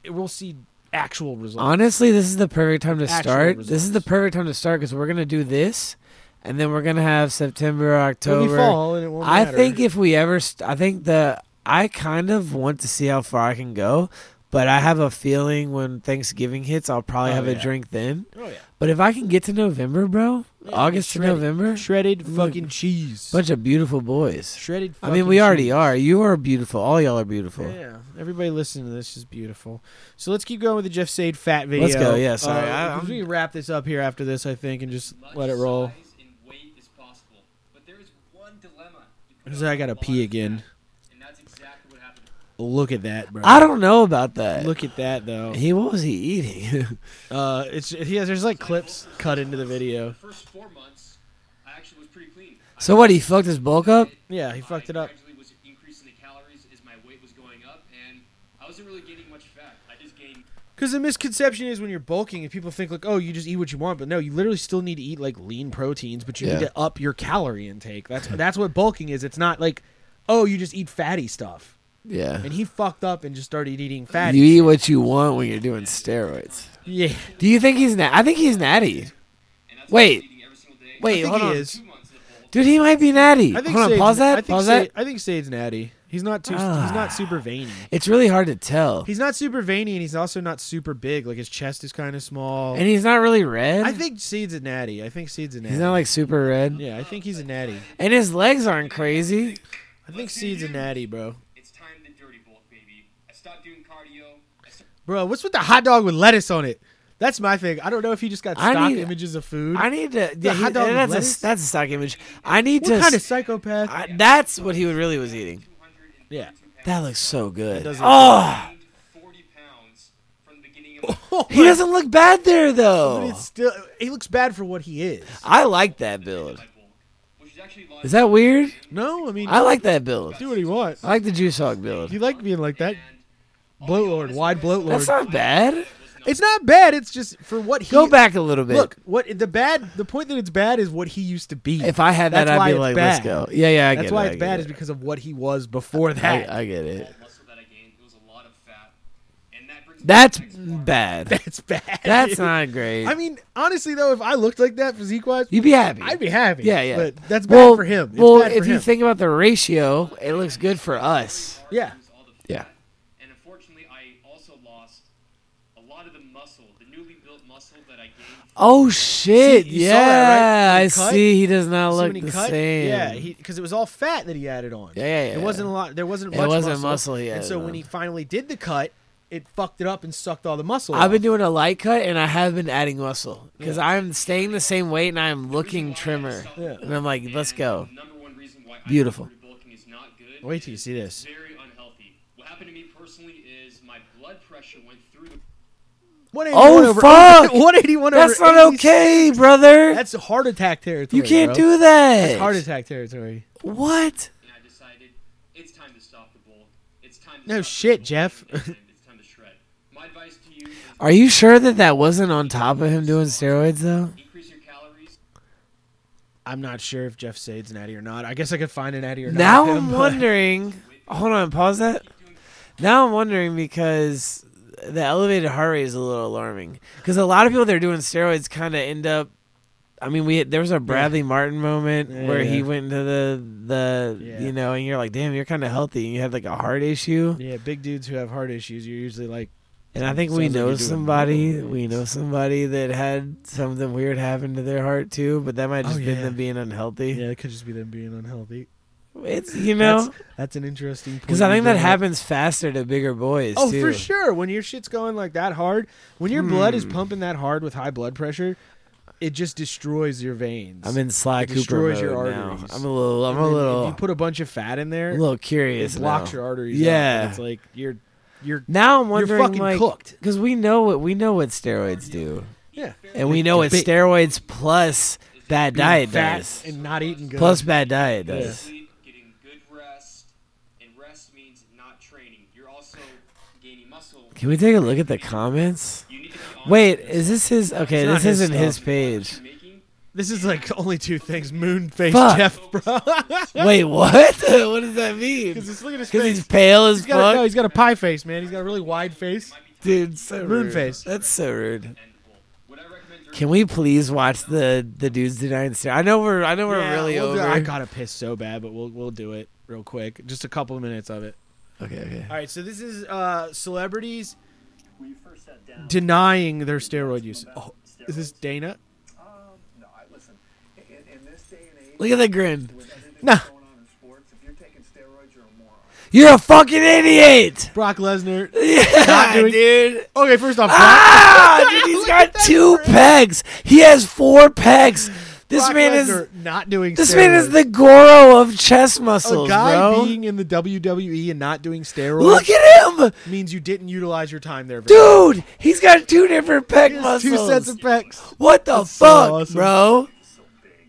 S6: it we'll see actual results.
S5: Honestly, this is the perfect time to
S6: Actual
S5: start. This is the
S6: results.
S5: perfect time to start because we're going to do this, and then we're going to have September,
S6: It'll
S5: October.
S6: be fall and it won't
S5: I
S6: matter.
S5: think if we ever, st- I think the, I kind of want to see how far I can go, but I have a feeling when Thanksgiving hits, I'll probably
S6: Oh,
S5: have a
S6: yeah.
S5: drink then.
S6: oh yeah,
S5: But if I can get to November, bro,
S6: Yeah,
S5: August to
S6: shredded-
S5: November,
S6: shredded
S5: Look.
S6: fucking cheese,
S5: bunch of beautiful boys.
S6: shredded.
S5: Mm. I mean,
S6: fucking
S5: we already
S6: cheese.
S5: are. You are beautiful. All y'all are beautiful.
S6: Yeah, everybody listening to this is beautiful. So let's keep going with the Jeff Sade fat video.
S5: Let's go, yeah, sorry,
S6: Uh,
S5: I-
S6: 'cause
S5: I'm-
S6: we can wrap this up here after this, I think, and just
S9: Much
S6: let it roll.
S9: size and weight is possible, but there is one dilemma. You put
S6: Because
S9: on
S6: I gotta
S9: a lot
S6: pee
S9: of
S6: again.
S9: fat, And that's exactly what happened.
S6: Look at that, bro.
S5: I don't know about that.
S6: Look at that though.
S5: he what was he eating?
S6: Uh, it's he has there's like clips cut into the video.
S9: The first four months, I actually was pretty clean. I
S5: so what? He fucked his bulk up.
S6: Yeah, he fucked it up.
S9: gradually was increasing the calories as my weight was going up, and I wasn't really gaining much fat. I just gained
S6: Because the misconception is when you're bulking and people think like, oh, you just eat what you want, but no, you literally still need to eat like lean proteins, but you
S5: Yeah.
S6: need to up your calorie intake. That's that's what bulking is. It's not like, oh, you just eat fatty stuff.
S5: Yeah.
S6: And he fucked up and just started eating fatty.
S5: You eat what you want when you're doing steroids.
S6: yeah.
S5: Do you think he's? Na- I think he's natty.
S9: And that's
S5: Wait.
S9: Wait. Eating every single day.
S5: Wait,
S6: I think
S5: hold
S6: he
S5: on.
S6: is.
S9: Two months in a bowl.
S5: Dude, he might be natty.
S6: I think
S5: Hold on,
S6: Sade's-
S5: pause that.
S6: I think
S5: pause
S6: Sade,
S5: that. Ah.
S6: I think Sade's natty. He's not too. he's not super veiny.
S5: It's really hard to tell.
S6: He's not super veiny, and he's also not super big. Like his chest is kind of small.
S5: and he's not really red.
S6: I think Seed's a natty. I think Seed's a natty.
S5: he's not like super red.
S6: yeah, I think he's a natty.
S5: And his legs aren't crazy.
S6: I think Seed's a natty, bro.
S9: It's time to dirty bulk, baby. I stopped doing cardio. I stopped
S6: Bro, what's with the hot dog with lettuce on it? That's my thing. I don't know if he just got
S5: I
S6: stock
S5: need-
S6: images of food.
S5: I need to.
S6: The
S5: yeah, he-
S6: hot dog with
S5: that's,
S6: lettuce?
S5: a, that's a stock image. I need
S6: what
S5: to.
S6: kind of
S5: s-
S6: psychopath?
S5: I- that's what he really was eating.
S9: 232
S6: Yeah. Ah.
S9: pounds.
S5: That looks so good.
S6: does look
S5: Oh,
S9: Gained 40 pounds from in the beginning of
S6: Oh,
S5: He doesn't look bad there
S6: But
S5: though.
S6: it's still he looks bad for what he is.
S5: I like that build.
S9: my bulk, which is actually
S5: Is that weird?
S6: No, I mean
S5: I like that build.
S6: do what he wants.
S5: I like the Juice Hog build.
S6: He liked being like that. Bloat lord, wide bloat lord.
S5: That's not bad.
S6: it's not bad. It's just for what he
S5: Go back a little bit.
S6: Look, what the bad the point that it's bad is what he used to be.
S5: if I had that,
S6: That's
S5: I'd
S6: why
S5: be
S6: it's
S5: like, let's
S6: bad.
S5: go. Yeah, yeah, I get
S6: That's
S5: it,
S6: why
S5: I
S6: it's
S5: get it.
S6: bad is because of what he was before that.
S5: I, I get it.
S9: all muscle that I gained. It was a lot of fat, and that brings me to
S5: That's
S9: the next part.
S5: bad.
S6: That's bad.
S5: That's
S6: dude.
S5: not great.
S6: I mean, honestly though, if I looked like that physique wise,
S5: You'd be happy.
S6: I'd be happy.
S5: Yeah, yeah.
S6: But that's bad
S5: well,
S6: for him. It's
S5: well,
S6: bad for
S5: if you
S6: him.
S5: think about the ratio, it looks good for us.
S6: yeah.
S9: all the fat.
S5: Yeah.
S9: And unfortunately, I also lost a lot of the muscle, the newly built muscle that I gained.
S5: Oh shit!
S6: you
S5: yeah,
S6: saw that, right? When
S5: I
S6: he cut?
S5: see. He does not
S6: See
S5: look
S6: when he
S5: the
S6: cut?
S5: same.
S6: Yeah, because it was all fat that he added on.
S5: Yeah, yeah, yeah.
S6: It wasn't a lot. There wasn't
S5: It
S6: much.
S5: wasn't
S6: muscle,
S5: muscle he
S6: And
S5: added
S6: so when
S5: on.
S6: he finally did the cut, it fucked it up and sucked all the muscle.
S5: I've
S6: off.
S5: been doing a light cut and I have been adding muscle because I'm staying the same weight and I'm looking trimmer.
S6: Yeah.
S5: And I'm like, let's
S9: And
S5: go.
S9: the Number one reason why I think
S5: Beautiful.
S9: dirty bulking is not good.
S6: Wait till you
S9: is
S6: see this.
S9: Very unhealthy. What happened to me personally is my blood pressure went through the
S6: 181
S5: Oh,
S6: over,
S5: fuck!
S6: 181 over.
S5: That's not
S6: 80
S5: okay, brother.
S6: That's heart attack territory.
S5: you can't
S6: bro.
S5: do that.
S6: Heart attack territory.
S5: What?
S9: and I decided it's time to stop the bulk. It's time to
S6: No
S9: stop the
S6: shit,
S9: bulk,
S6: Jeff.
S9: and it's time to shred. My advice to you is
S5: Are you sure that that wasn't on top of him doing steroids though?
S9: increase your calories.
S6: I'm not sure if Jeff Sade's natty or not. I guess I could find a natty or not.
S5: Now I'm
S6: but-
S5: wondering. Hold on, pause that. Now I'm wondering because the elevated heart rate is a little alarming. Because a lot of people that are doing steroids kind of end up. I mean, we there was a Bradley Martin moment
S6: Yeah,
S5: where he
S6: yeah.
S5: went into the the
S6: Yeah.
S5: you know, and you're like, damn, you're kind of healthy, and you had like a heart issue.
S6: Yeah, big dudes who have heart issues, you're usually like,
S5: And I think
S6: Sounds
S5: we
S6: like you're
S5: know
S6: doing
S5: somebody.
S6: really
S5: We know somebody that had something weird happen to their heart too, but that might
S6: Oh,
S5: just been
S6: yeah.
S5: them being unhealthy.
S6: yeah, it could just be them being unhealthy.
S5: It's you know,
S6: that's, that's an interesting point.
S5: because I
S6: you
S5: think that
S6: bring up.
S5: happens faster to bigger boys.
S6: Oh,
S5: too. Hmm.
S6: for sure. When your shit's going like that hard, when your blood is pumping that hard with high blood pressure, it just destroys your veins.
S5: I'm in Sly
S6: It
S5: Cooper
S6: destroys
S5: mode
S6: your
S5: now.
S6: arteries.
S5: I'm a little. I'm
S6: And
S5: a
S6: then
S5: little.
S6: If you put a bunch of fat in there,
S5: a little
S6: it
S5: curious.
S6: blocks
S5: now.
S6: your arteries. up,
S5: Yeah.
S6: and it's like you're, you're.
S5: Now I'm wondering,
S6: fucking
S5: like,
S6: cooked.
S5: because we know what we know what steroids do,
S6: Yeah.
S5: and we know what
S6: Big-
S5: steroids plus bad
S6: being
S5: diet
S6: fat
S5: does,
S6: and not eating good.
S5: plus bad diet
S6: Yeah.
S5: does.
S9: Sleep, getting good rest, and rest means not training. You're also gaining muscle.
S5: Can we take a look at the comments?
S9: You need to be honest
S5: Wait,
S9: with
S5: is this his? Okay, this
S6: It's not his
S5: isn't his
S6: stuff.
S5: page.
S9: yourself. You're making
S6: this is like only two things: moon face
S5: Fuck.
S6: Jeff, bro.
S5: Wait, what? what does that mean?
S6: Because
S5: Because
S6: look at his face.
S5: he's pale as
S6: He's got a, no,
S5: fuck,
S6: he's got a pie face, man. He's got a really wide face.
S5: dude. So
S6: Moon
S5: rude.
S6: face.
S5: That's so rude.
S9: and the bulk. What I recommend during
S5: Can we please watch the the dudes denying steroids? I know we're I know we're
S6: Yeah,
S5: really
S6: we'll do-
S5: over.
S6: I gotta piss so bad, but we'll we'll do it real quick. Just a couple of minutes of it.
S5: okay, okay.
S6: All right, so this is uh, celebrities
S10: When you first sat down,
S6: denying their steroid use.
S10: Oh,
S6: Is this Dana?
S2: Um, no, I listen. In, in this day and age,
S5: Look at that grin.
S2: with everything
S6: Nah.
S2: that's going on in sports, if you're taking steroids, you're a moron.
S5: You're a fucking idiot.
S6: Brock Lesnar.
S5: Yeah,
S6: doing-
S5: dude.
S6: Okay, first off, Brock,
S5: Ah, dude, he's got two pegs. He has four pegs. This
S6: Brock
S5: man
S6: Lesnar
S5: is
S6: not doing.
S5: this man is
S6: steroids.
S5: the Goro of chest
S6: a
S5: muscles,
S6: guy
S5: bro.
S6: being in the WWE and not doing steroids
S5: Look at him,
S6: means you didn't utilize your time there. very well.
S5: dude. He's got two different peg
S6: He has
S5: muscles.
S6: two sets of pecs.
S5: what the
S6: That's so
S5: fuck,
S6: awesome.
S5: bro?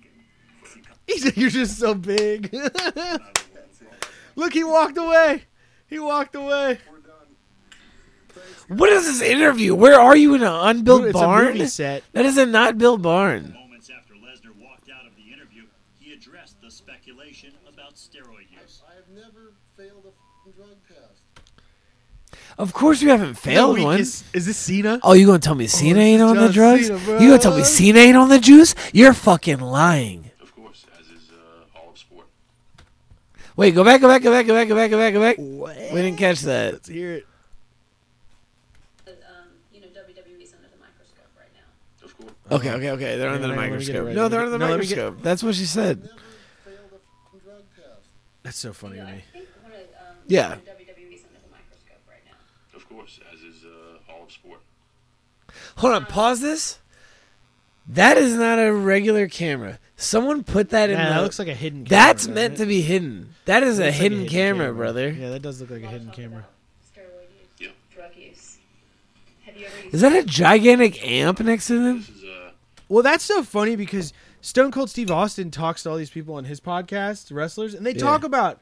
S6: He's like, you're just so big. Look, he walked away. He walked away.
S5: What is this interview? Where are you in an unbuilt
S6: it's
S5: barn?
S6: a movie set.
S5: That is a not built barn.
S10: moments after Lesnar walked out of the interview, he addressed the speculation about steroid use.
S2: I have never failed a f***ing drug test.
S5: Of course you haven't failed
S6: The
S5: one.
S6: weakest- Is this Cena?
S5: Oh, you gonna tell me Cena
S6: this
S5: ain't
S6: is
S5: on the
S6: John
S5: drugs?
S6: Cena,
S5: you gonna tell me
S6: bruh.
S5: Cena ain't on the juice? You're fucking lying.
S7: Of course, as is uh, all of sport.
S5: Wait, go back, go back, go back, go back, go back, go back, go back. We didn't catch that.
S6: Oh, Let's hear it.
S11: um, you know, WWE's under the microscope right now.
S7: Of course.
S5: Okay, okay, okay. They're under
S6: Yeah,
S5: the
S6: let me get it
S5: microscope.
S6: right.
S5: No, they're under the
S6: No, let me get-
S5: microscope. That's what she said.
S2: Failed a f***ing drug test.
S6: That's so funny
S11: You
S6: to
S11: know, I
S6: me.
S11: think one of um,
S5: Yeah.
S11: you know, WWE's under the microscope right now.
S7: Of course, as is uh, all of sport.
S5: Hold on, pause this. That is not a regular camera. Someone put that in.
S6: Nah, that
S5: the-
S6: looks like a hidden. camera,
S5: That's
S6: doesn't
S5: meant
S6: it?
S5: to be hidden. That is
S6: Looks
S5: a
S6: like
S5: hidden, camera, brother.
S6: Yeah, that does look like a hidden camera.
S11: Steroid use,
S7: Yeah.
S11: drug use. Have you ever used
S5: Is that a gigantic amp next to them?
S12: uh,
S6: Well, that's so funny because Stone Cold Steve Austin talks to all these people on his podcast, wrestlers, and they
S5: Yeah.
S6: talk about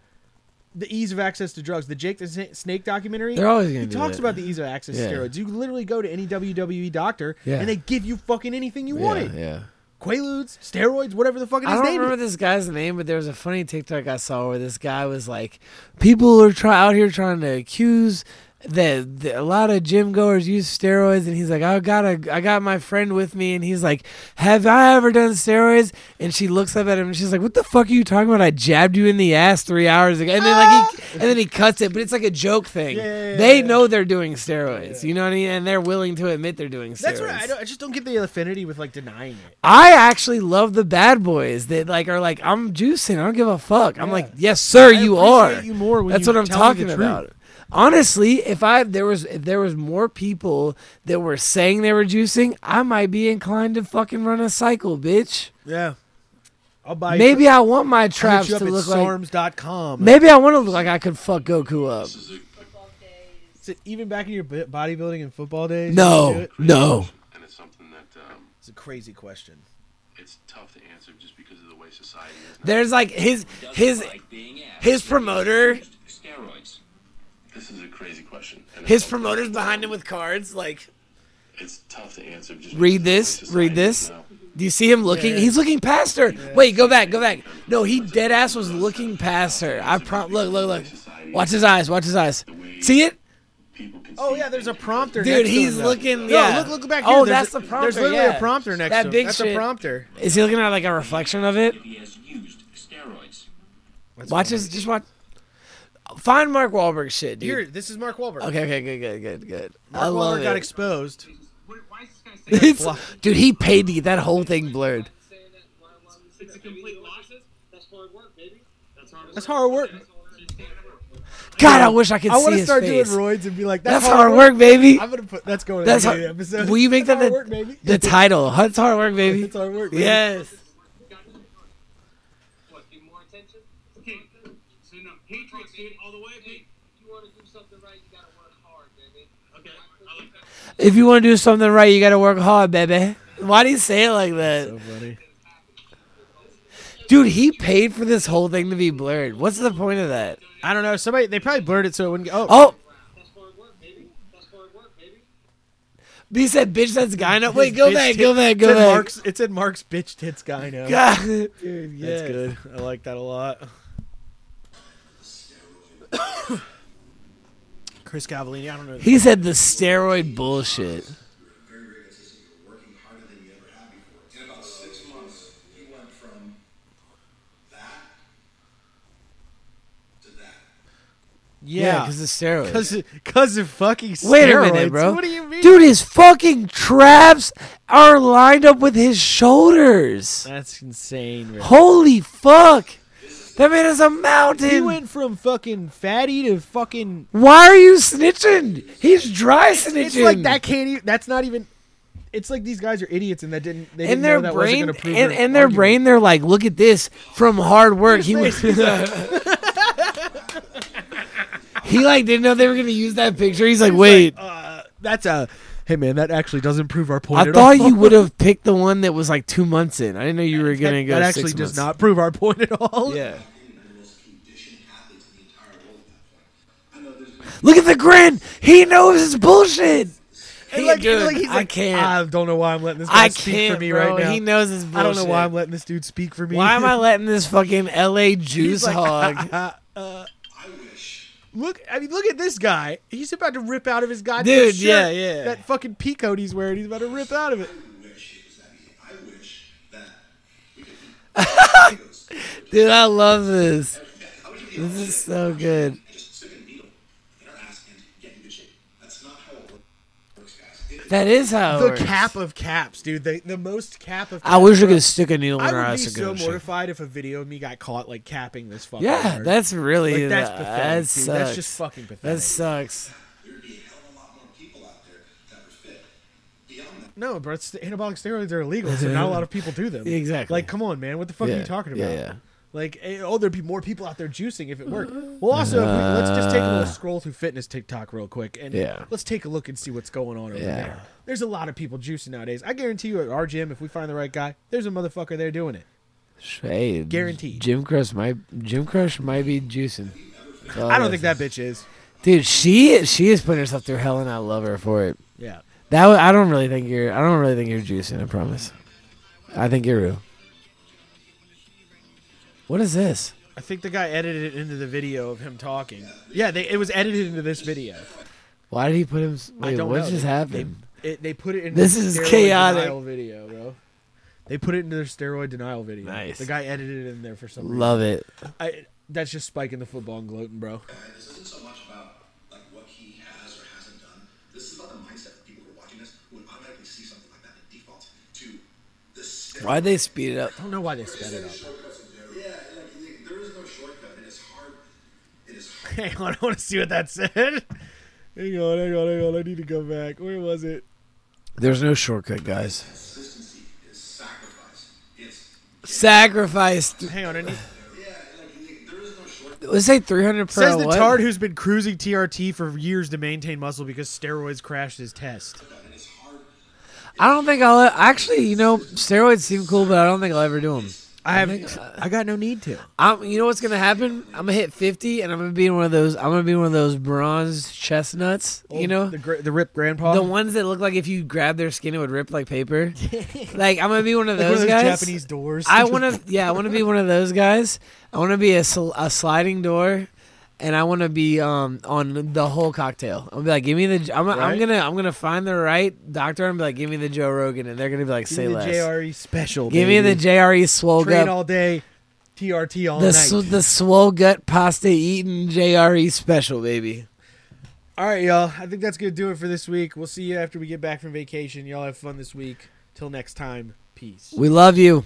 S6: the ease of access to drugs. The Jake the Sna- Snake documentary.
S5: They're always gonna
S6: He
S5: do
S6: talks
S5: that.
S6: about the ease of access to
S5: Yeah.
S6: steroids. You literally go to any WWE doctor,
S5: Yeah.
S6: and they give you fucking anything you
S5: Yeah,
S6: wanted.
S5: yeah.
S6: Quaaludes, steroids, whatever the fuck it is.
S5: I don't
S6: named.
S5: remember this guy's name, but there was a funny TikTok I saw where this guy was like, "People are try out here trying to accuse that that a lot of gym goers use steroids," and he's like, "I got a, I got my friend with me," and he's like, "Have I ever done steroids?" And she looks up at him and she's like, "What the fuck are you talking about? I jabbed you in the ass three hours ago," and then like, he, and then he cuts it, but it's like a joke thing.
S6: Ah! Yeah, yeah, yeah,
S5: they
S6: yeah.
S5: know they're doing steroids, you know what I mean, and they're willing to admit they're doing steroids.
S6: That's what I, don't, I just don't get the affinity with like denying it.
S5: I actually love the bad boys that like are like I'm juicing. I don't give a fuck. I'm like, yes, sir,
S6: I
S5: you
S6: appreciate
S5: are.
S6: you more when
S5: That's
S6: you
S5: what I'm
S6: tell me the
S5: talking
S6: truth.
S5: about. Honestly, if I there was if there was more people that were saying they were juicing, I might be inclined to fucking run a cycle, bitch.
S6: Yeah, I'll buy. you-
S5: Maybe I want my
S6: I'll hit
S5: traps
S6: you up
S5: to
S6: at
S5: look like.
S6: SARMs.com.
S5: Maybe I want to look like I could fuck Goku up.
S6: Is it even back in your bi- bodybuilding and football days? you
S5: No,
S6: could do it?
S5: no.
S12: And it's something that um,
S6: It's a crazy question.
S12: it's tough to answer just because of the way society is. now.
S5: There's like his his his promoter
S12: steroids. This is a crazy question. and it's
S5: his
S12: something
S5: promoters behind him with cards like.
S12: It's tough to answer. Just
S5: Read this. Read this. Do you see him looking? He's looking past her. Wait, go back. Go back. No, he dead ass was looking past her. I pro- look, look, look. Watch his eyes. Watch his eyes. See it,
S6: Oh yeah, there's a prompter.
S5: dude? He's looking. Yeah.
S6: No, look, look back.
S5: Oh,
S6: here.
S5: that's
S6: There's
S5: the
S6: a-
S5: prompter.
S6: There's literally
S5: yeah.
S6: a prompter next
S5: that
S6: to him.
S5: Big
S6: that's
S5: shit.
S6: a prompter.
S5: Is he looking at like a reflection of it?
S10: He has used steroids.
S5: watch his. Just watch. Find Mark Wahlberg shit, dude.
S6: Here, this is Mark Wahlberg.
S5: okay, okay, good, good, good, good.
S6: Mark
S5: I love
S6: Wahlberg got
S5: it.
S6: exposed.
S5: It's- dude, he paid to get that whole thing blurred.
S1: It's a complete loss. That's hard work, baby. That's hard
S6: That's hard work.
S5: God, I wish I could
S6: I
S5: see
S6: wanna
S5: his
S6: start
S5: face.
S6: doing roids and be like,
S5: That's hard work, baby.
S6: I'm gonna put that's going.
S5: That's
S6: That's
S5: hard.
S6: hard. Episode.
S5: Will you make
S6: That's
S5: that
S6: hard
S5: the,
S6: work, baby?
S5: the title? That's hard work, baby.
S6: That's hard work. Baby.
S5: Yes.
S1: What, give more attention? Okay, so no, Patriots, dude, all the way, Pete. If you want to do something right, you gotta work hard, baby. Okay, I like that.
S5: If you want to do something right, you got to work hard, baby. Why do you say it like that?
S6: So funny.
S5: Dude, he paid for this whole thing to be blurred. What's the point of that?
S6: I don't know. Somebody they probably blurred it so it wouldn't go. Oh,
S5: Oh,
S1: That's hard work, baby. That's hard work, baby.
S5: he said, bitch, that's guy. No, wait,
S6: his
S5: go
S6: bitch
S5: back,
S6: tit-
S5: go back,
S6: it's
S5: go
S6: in
S5: back.
S6: Mark's, it's in Mark's bitch tits guy now.
S5: God, dude, yes.
S6: That's good. I like that a lot. Chris Cavallini, I don't know.
S5: He said the steroid bullshit.
S12: In about six months, he went from that to that.
S5: Yeah, because the steroids.
S6: Cause, cause of fucking steroids.
S5: Wait a minute, bro.
S6: What do you mean?
S5: Dude, his fucking traps are lined up with his shoulders.
S6: That's insane, bro.
S5: Holy fuck! That man is a mountain.
S6: He went from fucking fatty to fucking.
S5: Why are you snitching? He's dry snitching.
S6: It's like that can't even. That's not even. It's like these guys are idiots and that didn't. They
S5: In
S6: didn't
S5: their
S6: know that
S5: brain,
S6: wasn't gonna prove
S5: in, in their
S6: argument.
S5: brain, they're like, "Look at this from hard work." He was. he like didn't know they were gonna use that picture. He's like, "Wait,
S6: Uh, that's a. Hey man, that actually doesn't prove our point.
S5: I
S6: at
S5: thought
S6: all.
S5: you would have picked the one that was like two months in. I didn't know you were gonna
S6: That,
S5: go."
S6: that
S5: six
S6: actually does
S5: months.
S6: not prove our point at all.
S5: Yeah.
S12: The most conditioned athlete in the entire world at that point. I know there's been
S5: Look at the grin. He knows it's bullshit.
S6: And
S5: He-
S6: like,
S5: dude,
S6: and like, he's
S5: I
S6: like,
S5: can't.
S6: I don't know why I'm letting this guy
S5: I
S6: speak
S5: can't,
S6: for me
S5: bro.
S6: right now.
S5: He knows it's bullshit.
S6: I don't know why I'm letting this dude speak for me.
S5: Why am I letting this fucking LA juice
S6: He's like, "Uh,
S5: hog?
S12: I wish
S6: Look, I mean, look at this guy. He's about to rip out of his goddamn
S5: Dude,
S6: shirt.
S5: yeah, yeah.
S6: That fucking peacoat he's wearing, he's about to rip out of it.
S12: wish it was that easy. I wish that we could eat potatoes.
S5: Dude, I love this.
S12: I wish we could eat
S5: This is so good.
S12: and just stick a needle in our ass and get in good shape. That's not how it works, guys. It is
S5: That is how it
S6: The
S5: works.
S6: cap of caps, dude. The, the most cap of. Caps.
S5: I wish I could stick a needle in
S6: I
S5: her
S6: would be
S5: ass and
S6: so
S5: go. shit.
S6: mortified if a video of me got caught like capping this fucking.
S5: Yeah,
S6: bird.
S5: that's really
S6: like, that's
S5: that-
S6: pathetic.
S5: that
S6: dude. That's
S5: sucks.
S6: just fucking
S5: That
S6: pathetic.
S5: sucks.
S12: there would be a hell of a lot more people out there that were fit. Beyond that,
S6: no, bro. It's, anabolic steroids are illegal, so not a lot of people do them.
S5: Exactly.
S6: Like, come on, man. What the fuck
S5: yeah.
S6: are you talking about?
S5: Yeah, yeah.
S6: Like, eh, oh, there'd be more people out there juicing if it worked. Well, also, if we, let's just take a
S5: Uh.
S6: little scroll through fitness TikTok real quick and
S5: Yeah.
S6: let's take a look and see what's going on over
S5: Yeah.
S6: there. There's a lot of people juicing nowadays. I guarantee you, at our gym, if we find the right guy, there's a motherfucker there doing it.
S5: Hey,
S6: Guaranteed.
S5: Jim Crush might Jim Crush might be juicing. Oh,
S6: I don't think that bitch is.
S5: Dude, she she is putting herself through hell, and I love her for it.
S6: Yeah.
S5: That wa- I don't really think you're I don't really think you're juicing. I promise. I think you're real. What is this?
S6: I think the guy edited it into the video of him talking. Yeah, they, it was edited into this video.
S5: Why did he put him? s- Wait,
S6: I don't
S5: what
S6: know.
S5: just
S6: They-
S5: happened?
S6: They, it, they put it in.
S5: This
S6: their
S5: is
S6: steroid
S5: chaotic.
S6: Denial video, bro. They put it into their steroid denial video. Nice. The guy edited it in there for some reason.
S5: Love it.
S6: I, that's just spiking the football and gloating, bro.
S12: And this isn't so much about like what he has or hasn't done. This is about the mindset of people who are watching this who would automatically see something like that and default to this.
S5: Why'd they speed it up?
S6: I don't know why they sped it up.
S12: Yeah, like the- there is no shortcut. It is hard. It is hard.
S6: Hang on, I want to see what that said. Hang on, hang on, hang on. I need to go back. Where was it?
S5: There's no shortcut, guys.
S12: Consistency is sacrifice. It's
S5: Sacrificed.
S6: Hang on, I need.
S5: Let's say 300 per.
S6: Says the
S5: what?
S6: tard who's been cruising TRT for years to maintain muscle because steroids crashed his test.
S5: I don't think I'll actually. You know, steroids seem cool, but I don't think I'll ever do them.
S6: I have. I got no need to.
S5: I'm, you know what's gonna happen? I'm gonna hit 50, and I'm gonna be in one of those. I'm gonna be one of those bronze chestnuts. you
S6: Old-
S5: know,
S6: Oh, the gra- the rip grandpa.
S5: the ones that look like if you grab their skin, it would rip like paper. like I'm gonna be one of
S6: Like one of
S5: those
S6: those
S5: guys.
S6: Japanese doors.
S5: I want to. Yeah, I want to be one of those guys. I want to be a, sl- a sliding door, and I want to be um on the whole cocktail. I'll be like, give me the. I'm, I'm
S6: Right.
S5: gonna. I'm gonna find the right doctor and be like, give me the Joe Rogan, and they're gonna be like,
S6: Give
S5: say
S6: me the
S5: less.
S6: JRE special.
S5: give me
S6: baby.
S5: the JRE swole
S6: Train
S5: gut.
S6: all day, TRT all
S5: The
S6: night.
S5: sw- the swole gut pasta eating JRE special, baby.
S6: all right, y'all. I think that's gonna do it for this week. We'll see you after we get back from vacation. Y'all have fun this week. Till next time. Peace.
S5: We love you.